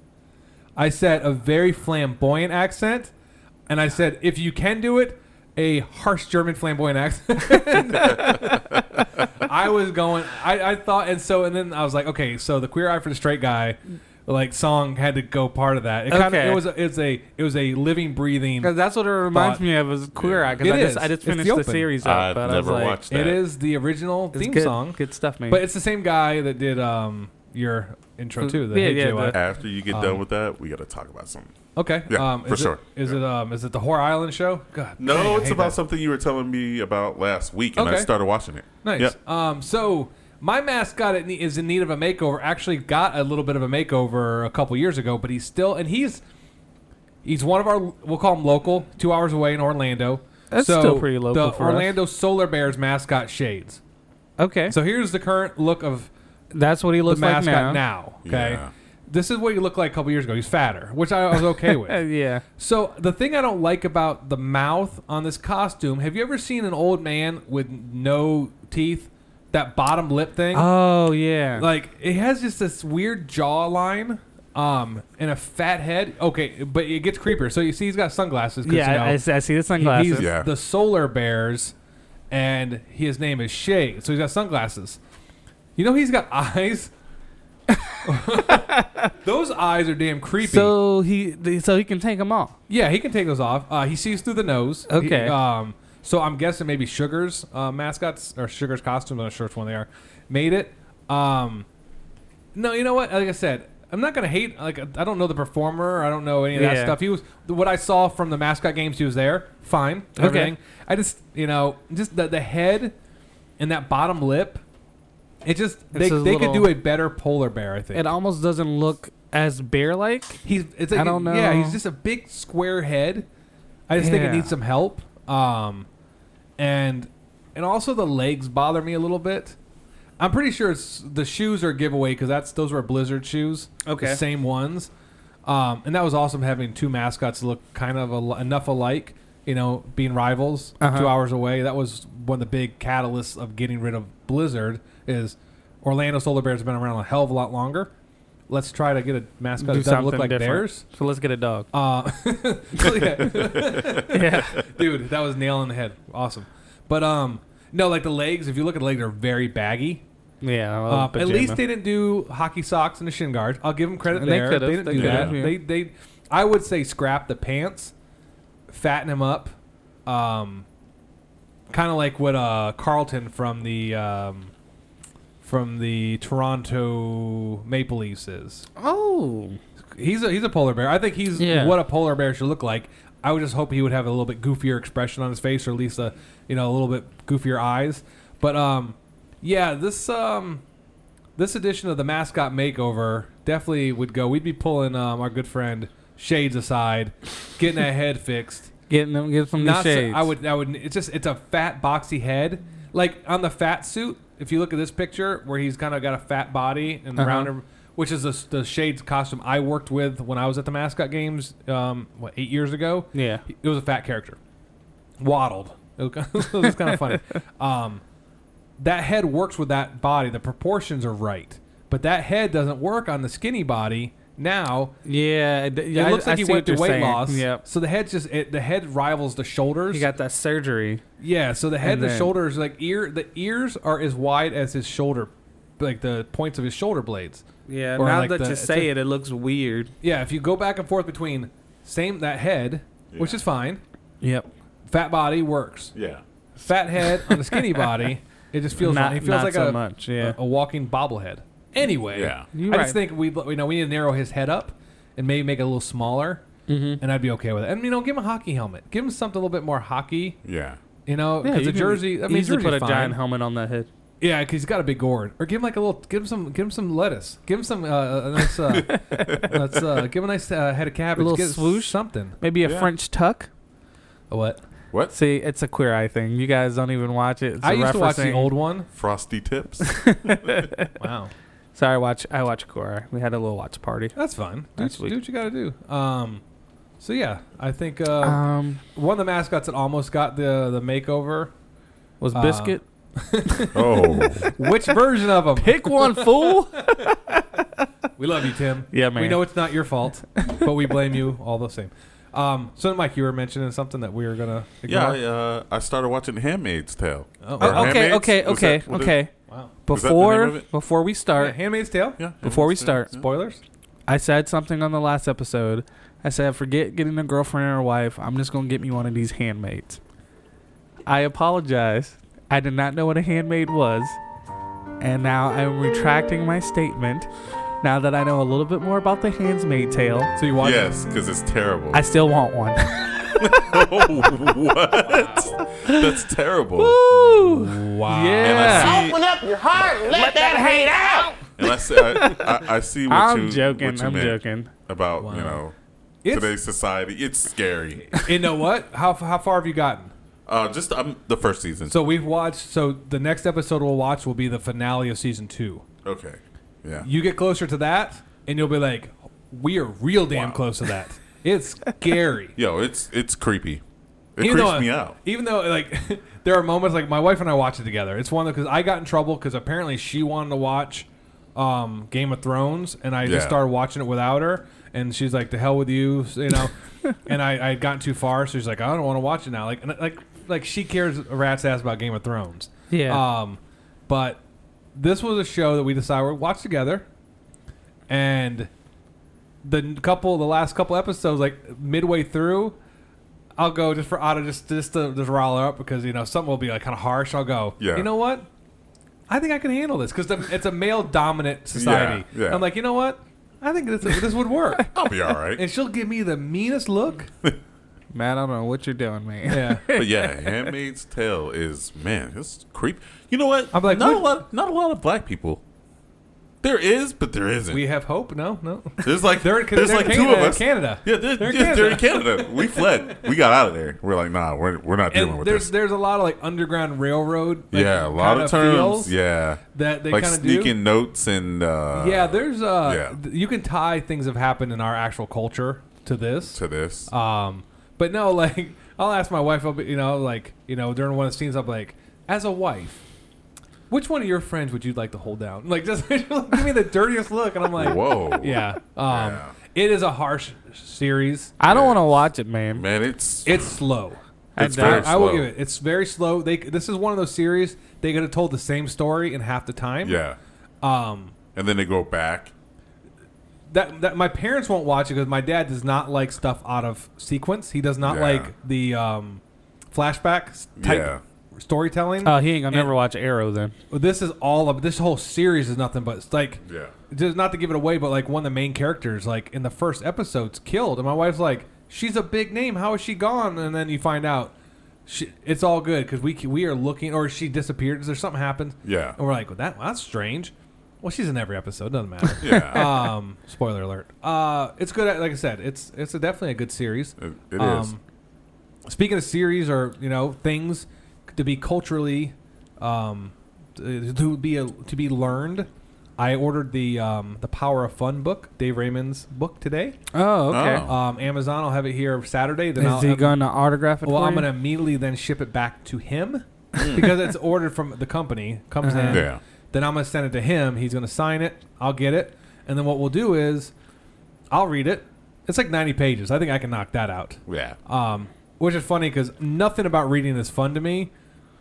I said a very flamboyant accent. And I said if you can do it, a harsh German flamboyant accent. I was going I, I thought and so and then I was like, okay, so the queer eye for the straight guy like song had to go part of that. It kind of Okay. it was a, it's a it was a living breathing Because that's what it reminds thought. me of is Queer Eye. Because It I just is. I just It's the finished the, open. series up. I've but I was never like, watched that. It is the original It's theme good- song. good stuff, man. But it's the same guy that did um, your intro too. The Mm, Yeah, Hey yeah, JY. After you get Um, done with that, we got to talk about something. Okay. Yeah, um, for is it- sure. Is it um is it the Horror Island show? God. No, dang, I it's hate about that. something you were telling me about last week, and I Okay. started watching it. Nice. Yeah. Um, so my mascot at ne- is in need of a makeover. Actually, got a little bit of a makeover a couple years ago, but he's still and he's he's one of our we'll call him local, two hours away in Orlando. That's so still pretty local The for us. Orlando Solar Bears mascot shades. Okay. So here's the current look of that's what he looks the like mascot now. okay. Yeah. This is what he looked like a couple years ago. He's fatter, which I was okay with. yeah. So the thing I don't like about the mouth on this costume, have you ever seen an old man with no teeth? That bottom lip thing. Oh, yeah. Like it has just this weird jawline. Um, and a fat head. Okay, but it gets creepier. So you see, he's got sunglasses. 'cause, Yeah, you know, I- I see- I see the he- sunglasses. He's Yeah. the Solar Bears, and his name is Shay. So he's got sunglasses. You know, he's got eyes. those eyes are damn creepy. So he th- so he can take them off. Yeah, he can take those off. Uh, he sees through the nose. He- Okay. um, so I'm guessing maybe Sugar's uh, mascots or Sugar's costumes. I'm not sure which one they are. Made it. Um, no, you know what? Like I said, I'm not gonna hate. Like I don't know the performer. I don't know any of that Yeah. stuff. He was what I saw from the mascot games. He was there. Fine. Okay. Everything. I just you know just the the head and that bottom lip. It just It's they, a they could little- do a better polar bear. I think. It almost doesn't look as bear like. He's it's I like- don't know. Yeah, he's just a big square head. I just think Yeah. it needs some help. Um, and and also the legs bother me a little bit. I'm pretty sure it's the shoes are a giveaway because that's those were Blizzard shoes. Okay. the same ones. Um, and that was awesome having two mascots look kind of al- enough alike. You know, being rivals, Uh-huh. two hours away. That was one of the big catalysts of getting rid of Blizzard. Is Orlando Solar Bears have been around a hell of a lot longer. Let's try to get a mascot that doesn't look like theirs. So let's get a dog. Uh, so, yeah. Yeah. dude, that was nail on the head. Awesome, but um, no, like the legs. If you look at the legs, they're very baggy. Yeah, well, Um, at Oh, pajama. least they didn't do hockey socks and a shin guard. I'll give them credit They there. could've. didn't They do that. could've, yeah. They, they, I would say scrap the pants, fatten him up, um, kind of like what uh Carlton from the um, from the Toronto Maple Leafs is. Oh, he's a he's a polar bear. I think he's Yeah. what a polar bear should look like. I would just hope he would have a little bit goofier expression on his face, or at least a you know a little bit goofier eyes. But um, yeah, this um, this edition of the mascot makeover definitely would go. We'd be pulling um, our good friend Shades aside, getting that head fixed. Getting them, get some new so- shades. I would. I would. It's just. It's a fat, boxy head. Like on the fat suit. If you look at this picture, where he's kind of got a fat body and Uh-huh. rounder, which is the, the shades costume I worked with when I was at the mascot games. Um, what eight years ago? Yeah. it was a fat character. Waddled. It was kind of, kind of funny. Um, that head works with that body. The proportions are right, but that head doesn't work on the skinny body. Now, yeah, it looks like he went through weight loss. Yeah, So the head's just it, the head rivals the shoulders. he got that surgery. Yeah, so the head, And the then- shoulders, like ear, the ears are as wide as his shoulder, like the points of his shoulder blades. Yeah, Or now like that the- you it's say a- it, it looks weird. Yeah, if you go back and forth between same that head, which is fine. Yep. Fat body works. Yeah. Fat head on a skinny body, it just feels Not- wrong. It feels not like so a, much, yeah. a, a walking bobblehead. Anyway, Yeah. I You're just right. think we you know we need to narrow his head up and maybe make it a little smaller, Mhm. and I'd be okay with it. And you know, give him a hockey helmet. Give him something a little bit more hockey. Yeah. You know, Yeah, because you the can jersey. I mean, easily jersey's put a fine. giant helmet on that head. Yeah, because he's got a big gourd. Or give him like a little. Give him some. Give him some lettuce. Give him some. Uh, a nice. Uh, let's uh, give him a nice uh, head of cabbage. A little Give swoosh? Something. Maybe a Yeah. French tuck. A what? What? See, it's a queer eye thing. You guys don't even watch it. It's I a used to watch the referencing- old one. Frosty tips. wow. Sorry, I watch. I watch Queer. Eye. We had a little watch party. That's fine. Do, That's what you- do what you got to do. Um, so yeah, I think uh, Um, one of the mascots that almost got the the makeover Was uh, Biscuit? Oh. Which version of them? Pick one, fool. we love you, Tim. Yeah, man. We know it's not your fault, but we blame you all the same. Um, so, Mike, you were mentioning something that we were gonna. Ignore. Yeah, I, uh, I started watching Handmaid's Tale. Oh. Or Oh, okay, Handmaid's? okay, Was okay, that what it- okay. Wow. Was that the name of Before it? before we start, Yeah, Handmaid's Tale. Yeah. before we Handmaid's Tale, start, yeah. Spoilers. I said something on the last episode. I said, forget getting a girlfriend or a wife. I'm just gonna get me one of these handmaids. I apologize. I did not know what a handmaid was, and now I'm retracting my statement. Now that I know a little bit more about the handmaid tale, So you watch. Yes, because it's terrible. I still want one. oh, what? That's terrible. Wow. Yeah. And I see, up your heart and let, that hate out. and I, see I, I, I see what I'm you. what joking, you I'm meant joking. About you know It's- today's society. It's scary. you know what? How how far have you gotten? Uh, just um, the first season. So we've watched. So the next episode we'll watch will be the finale of season two. okay. Yeah. You get closer to that, and you'll be like, "We are real damn close to that." It's scary. Yo, it's it's creepy. It creeps though, me out. Even though, like, there are moments like my wife and I watch it together. It's one because I got in trouble because apparently she wanted to watch um, Game of Thrones, and I Yeah. just started watching it without her. And she's like, "The hell with you," you know. and I I had gotten too far, so she's like, "I don't want to watch it now." Like, and, like, like she cares a rat's ass about Game of Thrones. Yeah. Um, but this was a show that we decided we'd watch together, and the n- couple, the last couple episodes, like midway through, I'll go just for auto, just just to just rile her up because you know something will be like kind of harsh. I'll go, Yeah. You know what? I think I can handle this because it's a male dominant society. Yeah, yeah. I'm like, you know what? I think this this would work. I'll be all right. and she'll give me the meanest look. Man, I don't know what you're doing, man. Yeah. but yeah, Handmaid's Tale is man, it's creep. You know what? I'm like, not what- a lot. Not a lot of black people. There is, but there isn't. We have hope. No, no. There's like They're in- there's they're like in two of Canada- us. Canada. Yeah, they're, They're in yeah, they're in Canada. Canada. We fled. We got out of there. We're like, nah, we're, we're not dealing And with there's this. there's a lot of like underground railroad. like, yeah, a lot of kinda terms. feels yeah, that they like kinda do. sneaking notes and uh, yeah, there's uh, yeah. th- you can tie things that have happened in our actual culture to this. To this. Um, but no, like I'll ask my wife. I'll be, you know, like you know, during one of the scenes, I'm like, as a wife, which one of your friends would you like to hold down? Like, just give me the dirtiest look, and I'm like, Whoa. yeah. Um, it is a harsh series. I don't want to watch it, man. Man, it's it's slow. It's I, very I will slow. give it. It's very slow. They this is one of those series they could have told the same story in half the time. Yeah. Um, and then they go back. that that my parents won't watch it because my dad does not like stuff out of sequence. He does not Yeah. like the um, flashback type Yeah. storytelling. Uh, he ain't gonna And never watch Arrow then. This is all of this whole series is nothing but it's like Yeah. Just not to give it away, but like one of the main characters, like in the first episode's killed, and my wife's like, "She's a big name. How is she gone?" And then you find out, she, it's all good because we c- we are looking, or she disappeared. Is there something happened? Yeah. and we're like, well, that well, that's strange. Well, she's in every episode. Doesn't matter. Yeah. um, spoiler alert. Uh, it's good. at- Like I said, it's it's a, definitely a good series. It it is. is. Speaking of series or you know things to be culturally, um, to to be a, to be learned, I ordered the um, the Power of Fun book, Dave Raymond's book today. Oh, okay. Oh. Um, Amazon, I'll have it here Saturday. Then Is I'll he have- gonna autograph it Well, for I'm you? gonna immediately then ship it back to him because it's ordered from the company. Comes Uh-huh. in, Yeah. Then I'm gonna send it to him. He's gonna sign it. I'll get it, and then what we'll do is, I'll read it. It's like 90 pages. I think I can knock that out. Yeah. Uh, Um, which is funny because nothing about reading is fun to me.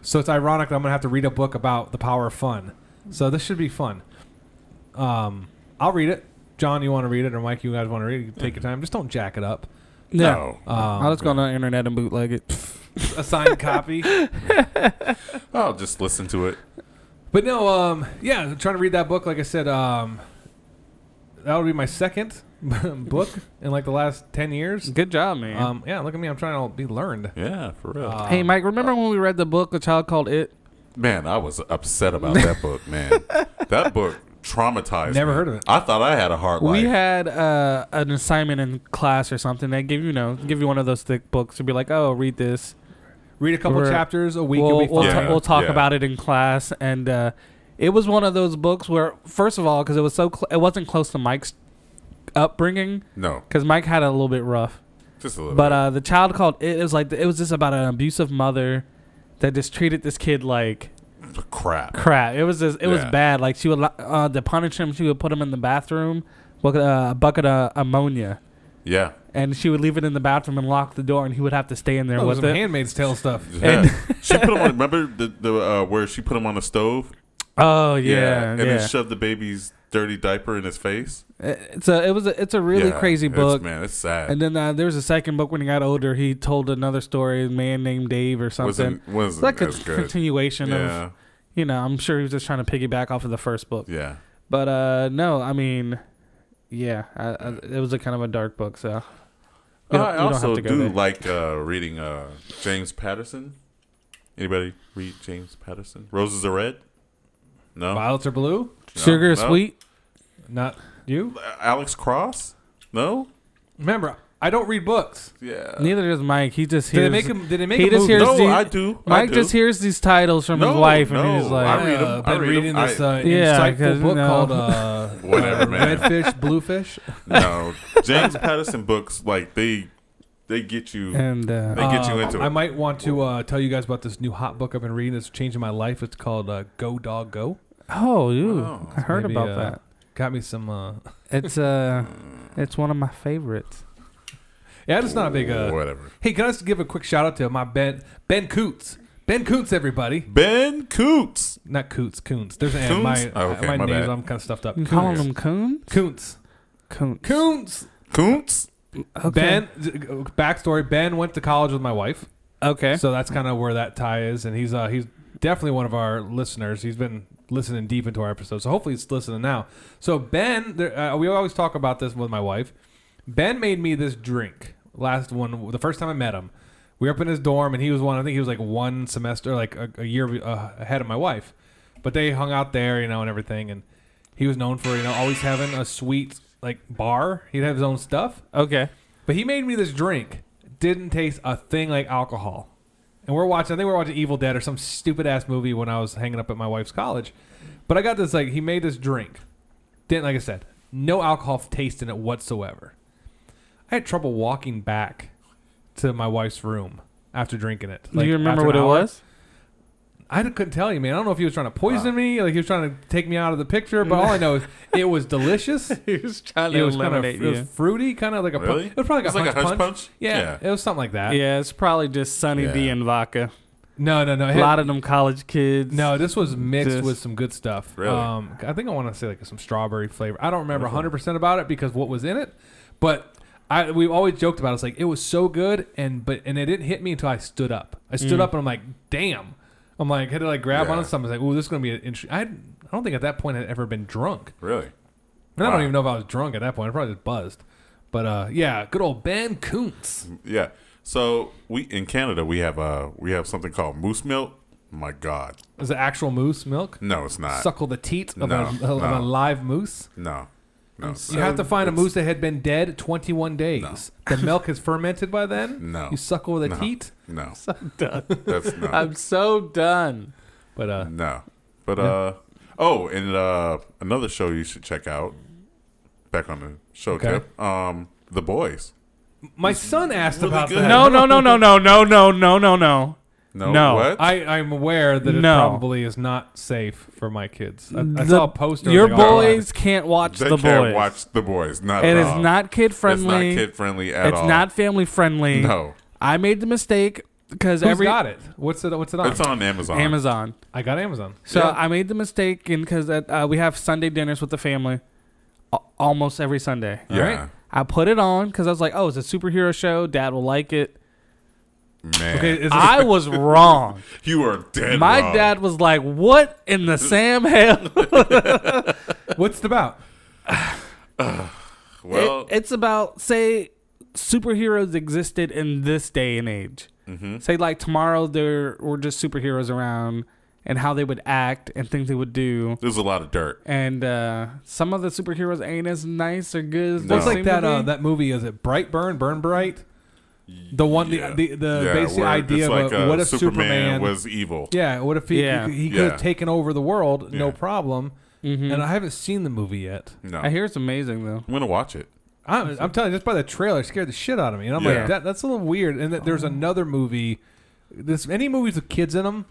So it's ironic that I'm gonna have to read a book about the power of fun. So this should be fun. Um, I'll read it. John, you want to read it, or Mike, you guys want to read it? You Take your time. Just don't jack it up. Yeah. I'll just go on the internet and bootleg it. a signed copy. I'll just listen to it. But no, um, yeah, I'm trying to read that book. Like I said, um, that'll be my second book in like the last ten years. Good job, man. Um, yeah, look at me. I'm trying to be learned. Yeah, for real. hey, Mike, uh, remember when we read the book A Child Called It? Man, I was upset about that book, man. that book traumatized Never me. heard of it. I thought I had a hard We life. had uh, an assignment in class or something. They give you, you know, give you one of those thick books and be like, "Oh, read this." Read a couple chapters a week, We'll, you'll be we'll, fine. ta- Yeah, we'll talk yeah. about it in class, and uh, it was one of those books where, first of all, because it was so, cl- it wasn't close to Mike's upbringing. No. because Mike had it a little bit rough. Just a little But bit. Uh, the child called. It, it was like it was just about an abusive mother that just treated this kid like crap. Crap. It was just, it was Yeah. bad. Like she would lo- uh, to punish him, she would put him in the bathroom with uh, a bucket of ammonia. Yeah. And she would leave it in the bathroom and lock the door, and he would have to stay in there Oh, with some it. Handmaid's Tale stuff. Yeah. she put him on. Remember the, the uh, where she put him on the stove? Oh, yeah, and yeah. then shoved the baby's dirty diaper in his face. It's a it was a, it's a really Yeah, crazy it's- book, man, it's sad. And then uh, there was a second book when he got older. He told another story, a man named Dave or something. Wasn't- wasn't It's like a as good. continuation Yeah. of, you know, I'm sure he was just trying to piggyback off of the first book. Yeah. But uh, no, I mean, yeah, I, I, it was a kind of a dark book, so. we don't- I we don't have also to go do there. like uh, reading uh, James Patterson. Anybody read James Patterson? Roses are red. No. Violets are blue. No, Sugar is no. sweet. Not you. Alex Cross. No. Remember, I don't read books. Yeah. Neither does Mike. He just Did hears. they make him- did they make he a just movie? hears No, the- I do. I Mike do. just hears these titles from his No, wife, no, and he's like, I read 'em. I Uh, been read 'em. reading this, uh, yeah, insightful 'cause, book you know. called, uh, Whatever, uh, man. Redfish, Bluefish. No, James Patterson books like they they get you And, uh, they get you Uh, into I it. might want to uh, tell you guys about this new hot book I've been reading. It's changing my life. It's called uh, Go Dog Go. Oh, ooh, I heard Maybe, about uh, that. Got me some. Uh, It's uh, it's one of my favorites. yeah, it's not a big. Uh, Whatever. Hey, can I just give a quick shout out to my Ben Ben Coots. Ben Coots, everybody. Ben Coots. Not Coots, Coons. There's an Coons? N. My, Oh, okay, my, my names, bad. I'm kind of stuffed up. You calling Coons. them coons? Coons. Coons. Coons. Coons. Okay. Ben, backstory: Ben went to college with my wife. Okay, so that's kind of where that tie is, and he's uh, he's definitely one of our listeners. He's been listening deep into our episodes, so hopefully he's listening now. So Ben, there, uh, we always talk about this with my wife. Ben made me this drink last one, the first time I met him. We were up in his dorm, and he was one. I think he was like one semester, like a, a year uh, ahead of my wife, but they hung out there, you know, and everything, and He was known for you know always having a sweet like bar. He'd have his own stuff. Okay, but he made me this drink. Didn't taste a thing like alcohol. And we're watching. I think we we're watching Evil Dead or some stupid ass movie when I was hanging up at my wife's college. But I got this like he made this drink. Didn't like I said, no alcohol taste in it whatsoever. I had trouble walking back to my wife's room after drinking it. Do you remember after an what it hour. was? I d- couldn't tell you, man. I don't know if he was trying to poison me, like he was trying to take me out of the picture. But all I know is it was delicious. he was trying to eliminate kind of, It you. was fruity, kind of like a. pu- Really? It was probably It was like, like a a hunch hunch punch. punch? Yeah, it was something like that. Yeah, it's probably just Sunny D and vodka. No, no, no. A lot of them college kids. No, this was mixed Just- with some good stuff. Really? Um, I think I want to say like some strawberry flavor. I don't remember Wonderful. 100 percent about it because what was in it, but I we always joked about it. it's like it was so good and but and it didn't hit me until I stood up. I stood Mm. up and I'm like, damn. I'm like had to like grab Yeah. onto something. Like, oh, this is gonna be an interesting. I had- I don't think at that point I'd ever been drunk. Really? And Wow. I don't even know if I was drunk at that point. I probably just buzzed. But uh, yeah, good old Ben Koontz. Yeah. So we in Canada we have uh we have something called moose milk. My God. Is it actual moose milk? No, it's not. Suckle the teat of, No, a, of no. a live moose. No. No. it's You not. have to find a moose that had been dead 21 days. The milk has fermented by then. No. You suckle with a No. teat. No. So done. That's not. I'm so done. But uh No. But No. uh oh, and uh another show you should check out. Back on the show Okay. tip. Um The Boys. My son asked really about good. that. No, no, no, no, no, no, no, no, no, no. No, No. what? I, I'm aware that it No. probably is not safe for my kids. I, I The- saw a poster. Your of it online. boys can't watch They the can't boys. watch The Boys, not at It is all. not kid It's not friendly. kid-friendly at It's all. not family friendly. No. I made the mistake because Who's every got it? What's it? What's it on? It's on Amazon. Amazon. I got Amazon. So Yeah. I made the mistake in because uh, we have Sunday dinners with the family a- almost every Sunday. Yeah. Alright? I put it on because I was like, oh, it's a superhero show. Dad will like it. Man. Okay, is- I was wrong. you are dead. My wrong. dad was like, what in the Sam hell? What's it about? Well- It- it's about, say, superheroes existed in this day and age. Mhm. Say, like, tomorrow there were just superheroes around and how they would act and things they would do. There's a lot of dirt. And uh, some of the superheroes ain't as nice or good as Looks they like seem to that be. uh, that movie. Is it Bright Burn? Burn Bright? The one, the the, the Yeah, basic where idea it's of like, a, uh, what if Superman Superman was evil. Yeah, what if he Yeah. he, he Yeah. could have taken over the world, no problem. Mhm. And I haven't seen the movie yet. No. I hear it's amazing, though. I'm gonna watch it. I'm, I'm telling you, just by the trailer, it scared the shit out of me, and I'm Yeah. like, that, that's a little weird. And that there's another movie. This any movies with kids in them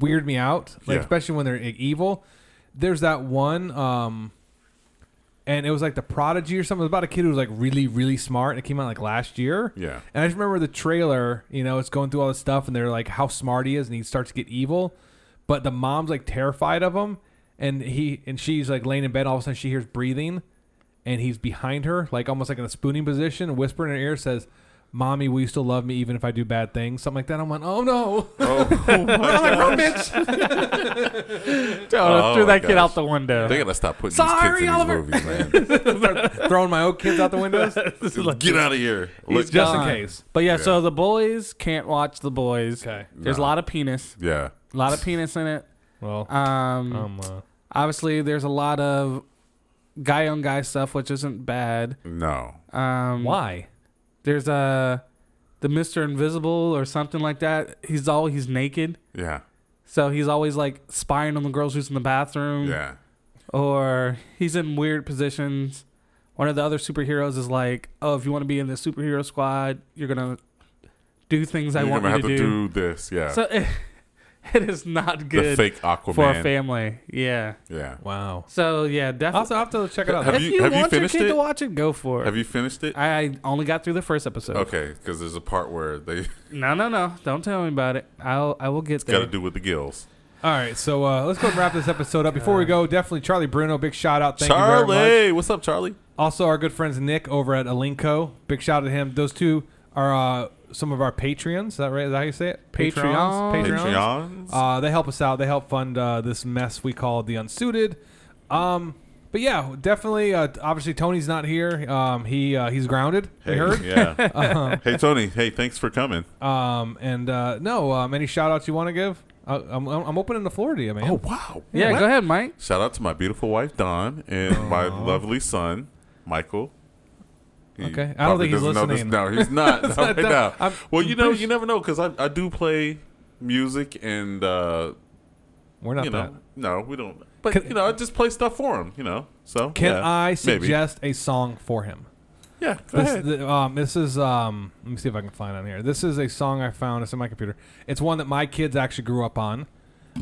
weird me out, like Yeah. especially when they're like, evil. There's that one, um, and it was like the Prodigy or something. It was about a kid who was like really, really smart. and It came out like last year. Yeah. And I just remember the trailer, you know, it's going through all this stuff and they're like how smart he is and he starts to get evil. But the mom's like terrified of him and he and she's like laying in bed, all of a sudden she hears breathing and he's behind her, like almost like in a spooning position, whispering in her ear says, Mommy, will you still love me even if I do bad things? Something like that. I'm like, oh no. Oh, I'm my like, run, gosh. bitch. Oh, threw my that kid out the window. They gotta stop putting these Sorry, kids in Oliver. these movies, man. Start throwing my own kids out the windows. Get out of here. Look- uh, But yeah, so the boys can't watch the boys. Okay. There's a No. lot of penis. Yeah. A lot of penis in it. Well, um, um, uh, obviously there's a lot of guy on guy stuff, which isn't bad. No. Um, Why? There's a the Mister Invisible or something like that. He's all he's naked. Yeah. So he's always like spying on the girls who's in the bathroom. Yeah. Or he's in weird positions. One of the other superheroes is like, "Oh, if you want to be in the superhero squad, you're gonna do things I You're want gonna you have to, to do." do this, yeah. So it, it is not The good. fake for a Aquaman. family. Yeah. Yeah. Wow. So yeah, definitely. Also, I have to check it out. Have if you- you, have you want finished your kid it? to watch it, go for it. Have you finished it? I, I only got through the first episode. Okay, because there's a part where they No, no, no. Don't tell me about it. I'll I will get got to there. do with the gills. All right, so uh, let's go and wrap this episode up. Before we go, definitely Charlie Bruno, big shout out. Thank you very Charlie, much. what's up, Charlie? Also, our good friends Nick over at Alinco, big shout out to him. Those two are uh, some of our Patreons. Is that right? Is that how you say it? Patreons. Patreons. Patreons. Uh, they help us out. They help fund uh, this mess we call the Unsuited. Um, but yeah, definitely. Uh, obviously, Tony's not here. Um, he uh, he's grounded. we Hey, heard. yeah. um, Uh-huh. hey, Tony. Hey, thanks for coming. um, and uh, no, um, any uh, shout outs you want to give? I, I'm, I'm opening the floor to you, man. Oh wow! Yeah, go ahead, Mike. Shout out to my beautiful wife Don and my lovely son Michael. He Okay. I don't probably think he's doesn't know listening. This. No, he's not. That's not not right dumb. now. I'm- well, you I'm know, pretty you never know because I, I do play music and uh, We're not you know, that. No, we don't. But you know, I just play stuff for him. You know, so Can yeah, I maybe. suggest a song for him? Yeah, go This, ahead. th- um, this is um, let me see if I can find it on here. This is a song I found. It's in my computer. It's one that my kids actually grew up on.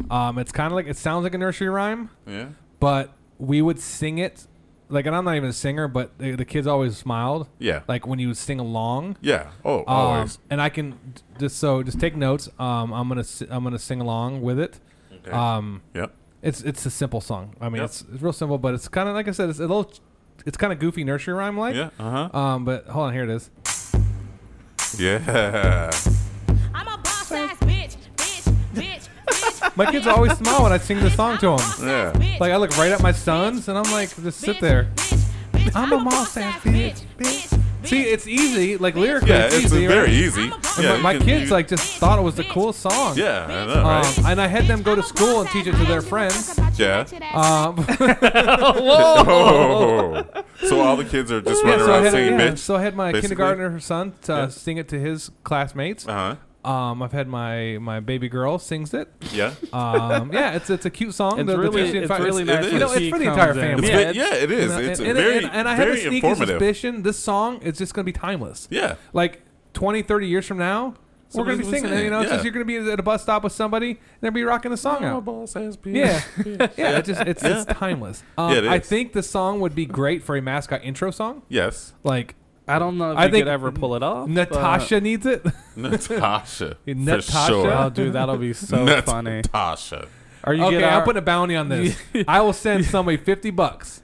Um, it's kind of like it sounds like a nursery rhyme. Yeah. But we would sing it, like, and I'm not even a singer, but the, the kids always smiled. Yeah. Like when you would sing along. Yeah. Oh, Um, always. And I can d- just so just take notes. Um, I'm gonna si- I'm gonna sing along with it. Okay. Um, Yep. It's it's a simple song. I mean, Yep. it's, it's real simple, but it's kind of like I said, it's a little, it's kind of goofy nursery rhyme like. Yeah, uh-huh. Um, but hold on, here it is. Yeah. bitch, bitch, bitch, bitch. My kids always smile when I sing this song to them. Yeah. Like I look right at my sons, and I'm like, just sit there. I'm a boss ass bitch. bitch. See, it's easy. Like lyrically, Yeah, it's, it's easy. very right? easy. And Yeah, you my my can- kids you- like just thought it was the coolest song. Yeah, I know, right? Um, and I had them go to school and teach it to their friends. Yeah. Um, Whoa. So all the kids are just running so I around had- singing, Oh. yeah, bitch, So I had my basically? kindergartner son to, uh, Yeah. sing it to his classmates. Uh-huh. Um, I've had my, my baby girl sings it. Yeah. um, yeah, it's it's a cute song. It's The- the really- Tuesday in it's Fact- really nice You to know, it's see for the it entire comes in. family. It's ve- yeah, it is. You know, It's and, and- very- and- and I have a very sneaky informative. suspicion this song is just going to be timeless. Yeah. like 20, 30 years from now. We're Somebody's gonna be gonna be singing, singing it, you know. it, It's yeah. just you're gonna be at a bus stop with somebody, and they'll be rocking the song Oh, out. boss ass bitch. yeah, Bitch. yeah. It's just it's, Yeah. it's timeless. Um, Yeah, it I is. think the song would be great for a mascot intro song. Yes. like I don't know if I we think could ever pull it off. Natasha but- needs it. Natasha. Natasha? For sure. Oh, dude, that'll be so funny. Natasha. Are you okay, get our- I'm putting a bounty on this. I will send somebody 50 bucks.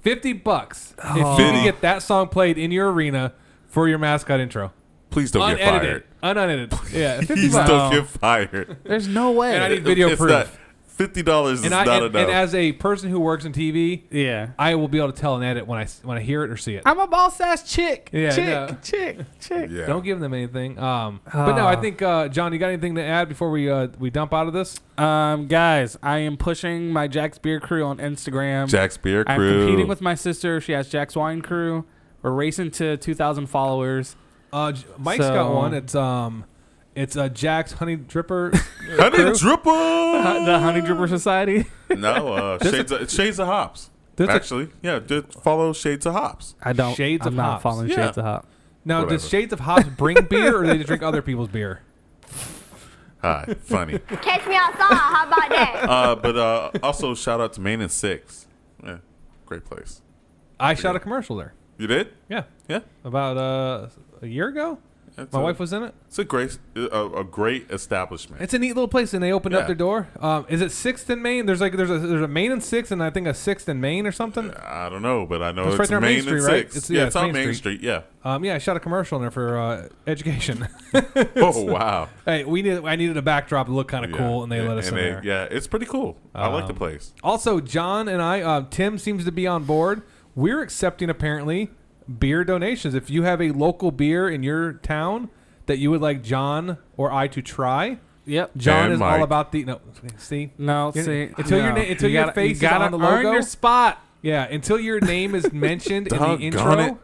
50 bucks if you can Oh. get that song played in your arena for your mascot intro. Please don't get Unedited. Unedited. Yeah, 50 Please bucks. don't get fired. There's no way. And I need video It's proof. not- Fifty dollars is and, I, not and, enough. and as a person who works in TV, yeah, I will be able to tell an edit when I s- when I hear it or see it. I'm a boss ass chick. Yeah, I chick, know. chick, chick. Yeah. Don't give them anything. Um, but no, I Ah. think uh, John, you got anything to add before we uh, we dump out of this? Um, guys, I am pushing my Jack's Beer Crew on Instagram. Jack's Beer I'm Crew. competing with my sister. She has Jack's Wine Crew. We're racing to 2,000 followers. Uh, J- Mike's So- got one. It's um, it's uh, Jack's Honey Dripper. Honey Crew. Dripper. Uh, the Honey Dripper Society. no, uh, Shades, of, Shades of Hops. There's a- Actually, yeah, just follow Shades of Hops. I don't. Shades I'm of not Hops. following Yeah. Shades of Hop. Now, Whatever. does Shades of Hops bring beer, or do they just drink other people's beer? Hi, funny. Catch me outside. How about that? uh, but uh, also shout out to Maine and Six. Yeah, great place. I shot a commercial there. You did? Yeah, Yeah. about uh, a year ago. That's My a- wife was in it. It's a great, a, a great establishment. It's a neat little place, and they opened up Yeah. their door. Um, is it Sixth and Main? There's like there's a there's a Main and Sixth, and I think a Sixth and Main or something. I don't know, but I know It's it's, right there on Main Main and Street, right? Six. It's- yeah, yeah, it's on Main Street. Yeah. Um, yeah, I shot a commercial in there for uh, education. Oh wow. hey, we need I needed a backdrop to look kind of Yeah. cool, and they let us in they- there. Yeah, it's pretty cool. I like the Um, place. Also, John and I, uh, Tim seems to be on board. We're accepting apparently beer donations. If you have a local beer in your town that you would like John or I to try, Yep. John And is Mike. all about the no. See, No, You're- see, until your no. na- until You your gotta- face you is gotta on the earn logo. your spot. yeah, until your name is mentioned in the Doggone intro, it.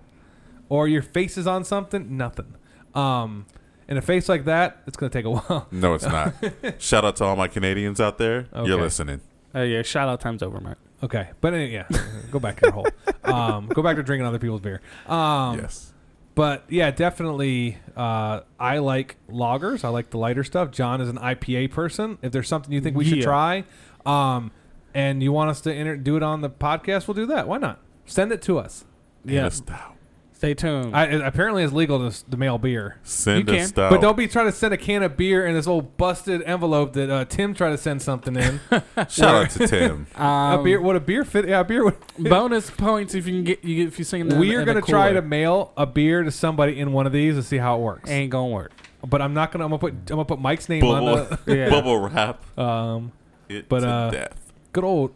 or your face is on something, nothing. Um, and a face like that, it's gonna take a while. No, it's not. shout out to all my Canadians out there. You're Okay. listening. Uh, yeah, shout out time's over, Mike. Okay, but any, yeah, go back to your hole. Um, go back to drinking other people's beer. Um, yes. But yeah, definitely. Uh, I like loggers. I like the lighter stuff. John is an IPA person. If there's something you think we should Yeah. try, um, and you want us to enter, do it on the podcast, we'll do that. Why not? Send it to us. Yeah. Send us out. Stay tuned. I, it apparently, it's legal to, s- to mail beer, Send You us can, out. but don't be trying to send a can of beer in this old busted envelope that uh, Tim tried to send something in. shout out to Tim. a beer? What a beer fit? Yeah, a beer. Would, Um, bonus points if you can get you if you sing. in the- we in are a going to try cooler. to mail a beer to somebody in one of these and see how it works. Ain't gonna work. But I'm not gonna. I'm gonna put. I'm gonna put Mike's name on bubble, it. Yeah. bubble wrap. Um, It But, to uh, death. good old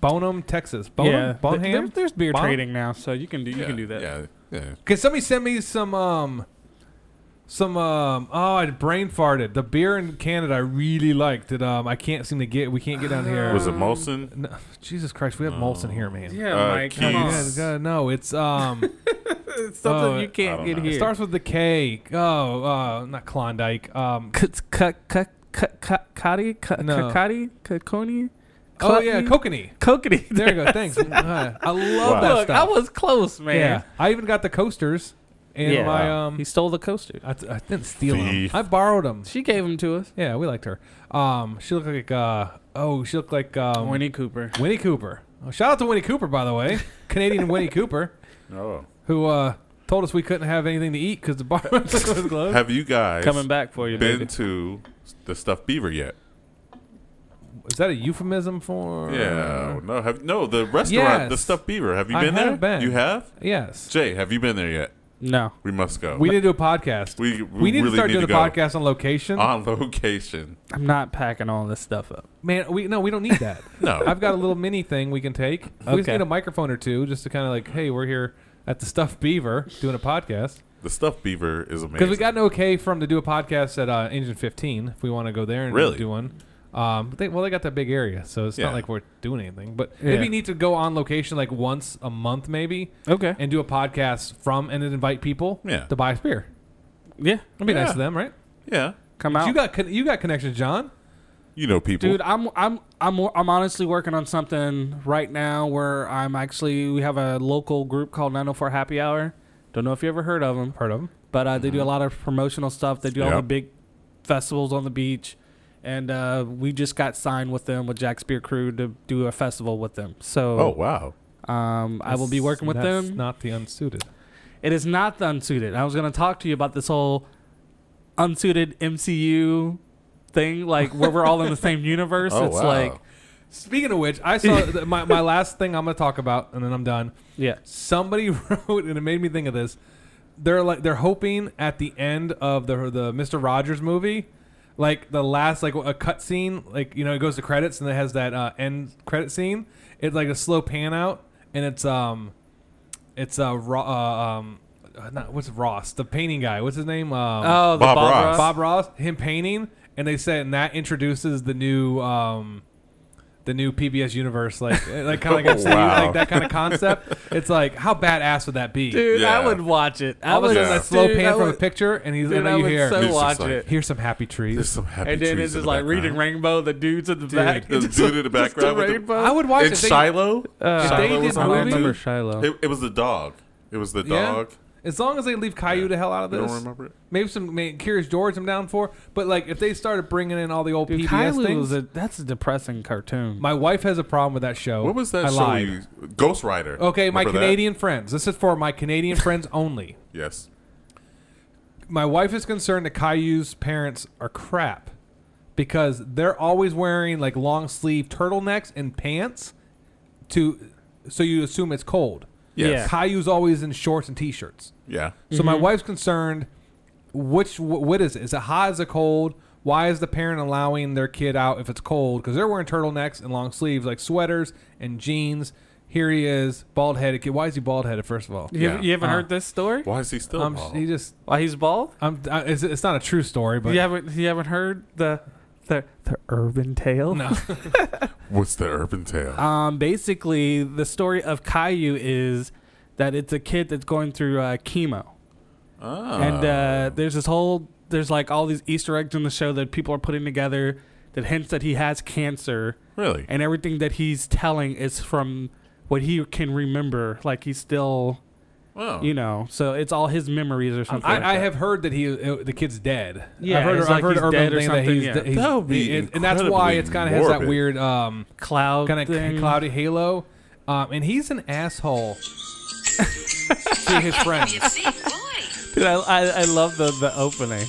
Bonham, Texas. Bonham, Th- Bonham. there- there's beer Bonham? trading now, so you can do you can do that. Yeah, yeah. Can somebody send me some um, some um oh I brain farted. The beer in Canada I really liked that um I can't seem to get we can't get Oh. down here. Was it Molson? No, Jesus Christ, we have Molson here, man. Yeah, Uh, Mike, come Keith's. Yeah, God, no, it's um Oh, It's something you can't I don't get know. here. It starts with the K. Oh, uh not Klondike. Um Cotty, No. Cotty, Coconi. Oh yeah, Kokanee. Kokanee. There you go. Thanks. Uh, I love Wow. that Look, stuff. I was close, man. Yeah. I even got the coasters. And Yeah. my um, he stole the coaster. I, I didn't steal Thief. them. I borrowed them. She gave them to us. Yeah, we liked her. Um, she looked like uh, oh, she looked like um, Winnie Cooper. Winnie Cooper. Oh, shout out to Winnie Cooper, by the way, Canadian Winnie Cooper, Oh. who uh, told us we couldn't have anything to eat because the bar was closed. Have you guys Coming back for you, been baby. to the stuffed beaver yet? Is that a euphemism for? Yeah, no, have no the restaurant, the Yes. stuffed beaver. Have you I been there? have been. You have? Yes. Jay, have you been there yet? No. We must go. We need to do a podcast. We, we, need really to start need doing to a go. podcast on location. on location. I'm not packing all this stuff up. Man, we no, we don't need that. No. I've got a little mini thing we can take. We just Okay. need a microphone or two, just to kind of like, hey, we're here at the Stuffed Beaver doing a podcast. The stuffed beaver is amazing. Because we got an okay from to do a podcast at uh, Engine 15 if we want to go there and Really? do one. Um, but they, well, they got that big area, so it's Yeah. not like we're doing anything. But Yeah. maybe you need to go on location like once a month, maybe. Okay. And do a podcast from and then invite people Yeah. to buy us beer. Yeah. That'd be nice Yeah. to them, right? Yeah. Come But out. You got con- you got connections, John. You know people. Dude, I'm I'm I'm I'm honestly working on something right now where I'm actually we have a local group called 904 Happy Hour. Don't know if you ever heard of them. Heard of Mm-hmm. them? But uh, they do a lot of promotional stuff. They do all the Yep. big festivals on the beach, and uh, we just got signed with them with Jack Spear Crew to do a festival with them. So Oh, wow. um, I will be That's- working with that's them. Not the unsuited. It is not the unsuited. I was going to talk to you about this whole unsuited MCU thing, like where we're all in the same universe. Oh, it's wow. like Speaking of which, I saw th- my, my last thing I'm going to talk about, and then I'm done. Yeah. Somebody wrote, and it made me think of this. They're like they're hoping at the end of the the Mister Rogers movie, like the last like a cut scene, like you know it goes to credits and it has that uh, end credit scene. It's like a slow pan out, and it's um, it's uh, Ro- uh um, uh, not what's Ross, the painting guy. What's his name? Um, Oh, the Bob Bob Ross. Ross. Bob Ross. Him painting, and they said, and that introduces the new um, the new PBS universe, like eh, like kind of like, I'm saying, Wow. like that kind of concept. It's like how badass would that be, Dude, I would watch it. I All of a would- sudden, Yeah. that slow Dude, I pan from a would- picture, and he's Dude, and I then you would hear, so It's just watch like- it. Here's some happy trees. There's some happy and then it's just like reading Rainbow, the dudes in the back. The dude in the background with the- I would watch and it. They- Shiloh. Uh, if they Shiloh did was on there, movie- too. Remember Shiloh. It, it was the dog. It was the Yeah. dog. As long as they leave Caillou the hell out of You this, don't remember it? Maybe some maybe Curious George I'm down for, but like if they started bringing in all the old PBS Kylo things, was a, that's a depressing cartoon. my wife has a problem with that show. What was that I show? lied. You, Ghost Rider. Okay, my Remember that? Canadian friends. This is for my Canadian friends only. Yes. My wife is concerned that Caillou's parents are crap because they're always wearing like long sleeve turtlenecks and pants to so you assume it's cold. Yes. Yeah. Caillou's always in shorts and t-shirts. Yeah. So my Mhm. wife's concerned. Which wh- what is it? Is it hot? Is it cold? Why is the parent allowing their kid out if it's cold? Because they're wearing turtlenecks and long sleeves, like sweaters and jeans. Here he is, bald headed kid. Why is he bald headed? First of all, You, you haven't Uh, heard this story? Why is he still I'm- bald? Um, He just Uh-huh. why he's bald? I'm, I, it's, it's not a true story, but you haven't you haven't heard the the the urban tale? No. What's the urban tale? Um, basically, the story of Caillou is that it's a kid that's going through uh, chemo, Ah. and uh, there's this whole there's like all these Easter eggs in the show that people are putting together that hints that he has cancer. Really? and everything that he's telling is from what he can remember. Like he's still, Oh. you know, so it's all his memories or something. like I, I that. have heard that he uh, the kid's dead. Yeah, I've heard, it's I've like heard he's urban dead or thing that something, he's, yeah. that he's That would be he- and, and that's why incredibly it's kind of has that morbid. weird um, cloud kind of thing. cloudy halo, um, and he's an asshole to his friends. Dude, I, I, I love the the opening.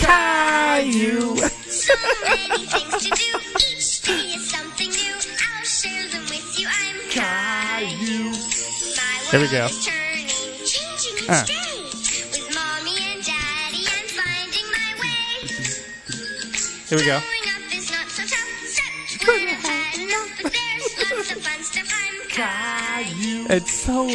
Caillou. So many things to do. Each day is something new. I'll share them with you. I'm Caillou. My Here we world go. is turning, changing each Huh. day. With mommy and daddy, I'm finding my way. Here we go. Growing up is not so tough, except when I've had enough. But there's lots of fun stuff. I'm It's so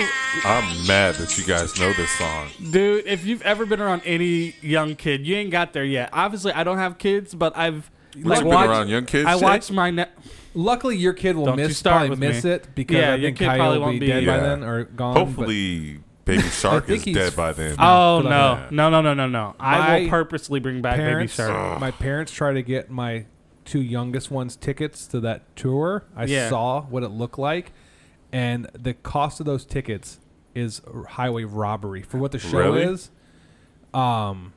I'm mad that you guys know this song. Dude, if you've ever been around any young kid, you ain't got there yet. Obviously, I don't have kids, but I've But you've been around young kids, I Jay? watched my. Ne- Luckily, your kid will Don't you miss start probably with miss me. it because Yeah, I your think kid Kyle probably will won't be, be- dead by Yeah. then or gone. but- Hopefully, Baby Shark think is he's- dead by then. Oh Good no, idea. no, no, no, no, no! I will My purposely bring back parents- Baby Shark. My parents try to get my two youngest ones tickets to that tour. I Yeah. saw what it looked like, and the cost of those tickets is highway robbery for what the show Really? is. Um,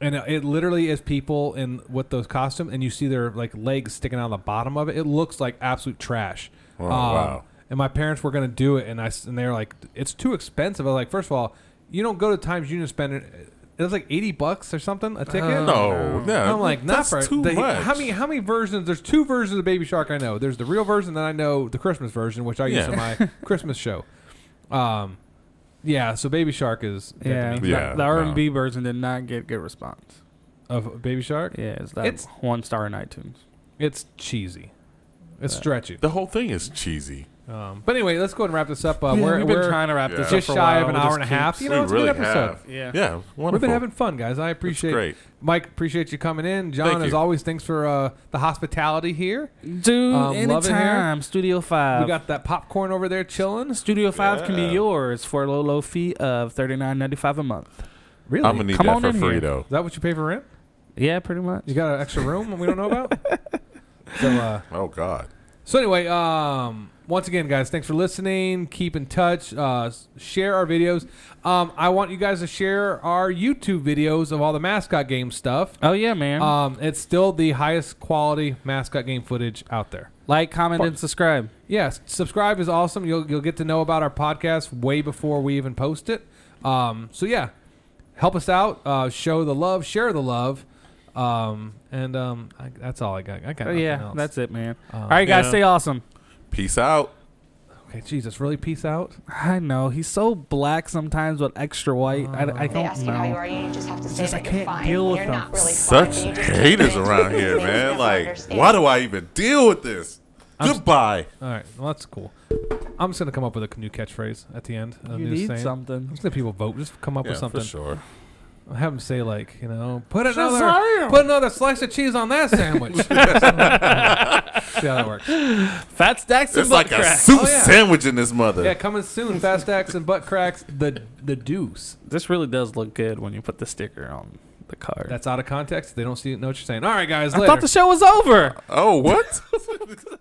and it- it literally is people in with those costumes, and you see their like legs sticking out of the bottom of it. It looks like absolute trash. Um, Oh, wow. And my parents were gonna do it, and I s- and they were like, "It's too expensive." I was like, first of all, you don't go to Times Union spend it. It was like eighty bucks or something a ticket. Oh, No, And no, I'm like, not that's for too they- much. How many how many versions? There's two versions of Baby Shark I know. There's the real version, then I know the Christmas version, which I use Yeah. in my Christmas show. Um, yeah. So Baby Shark is dead to Yeah, me. the- the R and B version did not get good response of Baby Shark. Yeah, it's that It's- one star in iTunes. It's cheesy. It's stretchy. The whole thing is cheesy. Um, but anyway, let's go ahead and wrap this up. Uh, Yeah, we're, we've been we're trying to wrap this up just for a shy while. of an We'll hour just and a keep- half. You We know, it's a really good episode. have. Yeah. Yeah, We've wonderful. been having fun, guys. I appreciate. great. Mike, appreciate you coming in. John, Thank as you. always, thanks for uh, the hospitality here, Dude, love it here. anytime. Studio Five. We got that popcorn over there chilling. Studio Five can Yeah. be yours for a low, low fee of thirty nine ninety five a month. Really? I'm gonna need Come that on for in free here. though. Is that what you pay for rent? Yeah, pretty much. You got an extra room we don't know about? so, uh, Oh God. so anyway, um, once again, guys, thanks for listening. Keep in touch. Uh, s- share our videos. Um, I want you guys to share our YouTube videos of all the mascot game stuff. Oh yeah, man. Um, it's still the highest quality mascot game footage out there. like, comment, and subscribe. Yes, subscribe is awesome. You'll you'll get to know about our podcast way before we even post it. Um, so yeah, help us out. Uh, show the love, share the love, um, and um, I, that's all I got. I got. Oh, nothing yeah, else. that's it, man. Um, All right, guys, stay awesome. Peace out. Okay, Jesus, really, peace out. I know he's so black sometimes with extra white. I, I They don't ask you how you know. are, and you just have to It's say just I that you're can't fine. deal when with you're them. not really Such fine. You just haters explain around things here, they man. never Like, understand. why do I even deal with this? Goodbye. All right, well that's cool. I'm just gonna come up with a new catchphrase at the end. A You new need saying. something. I'm just gonna people vote. Just come up Yeah, with for something. sure. I'll Have them say like you know, put another, Shazam! put another slice of cheese on that sandwich. See how that works. Fat stacks and It's like a butt cracks. soup Oh, yeah. sandwich in this mother. Yeah, coming soon. Fast acts and butt cracks. The the deuce. This really does look good when you put the sticker on the card. That's out of context. They don't see know what you're saying. All right, guys. I later. thought the show was over. Oh, what?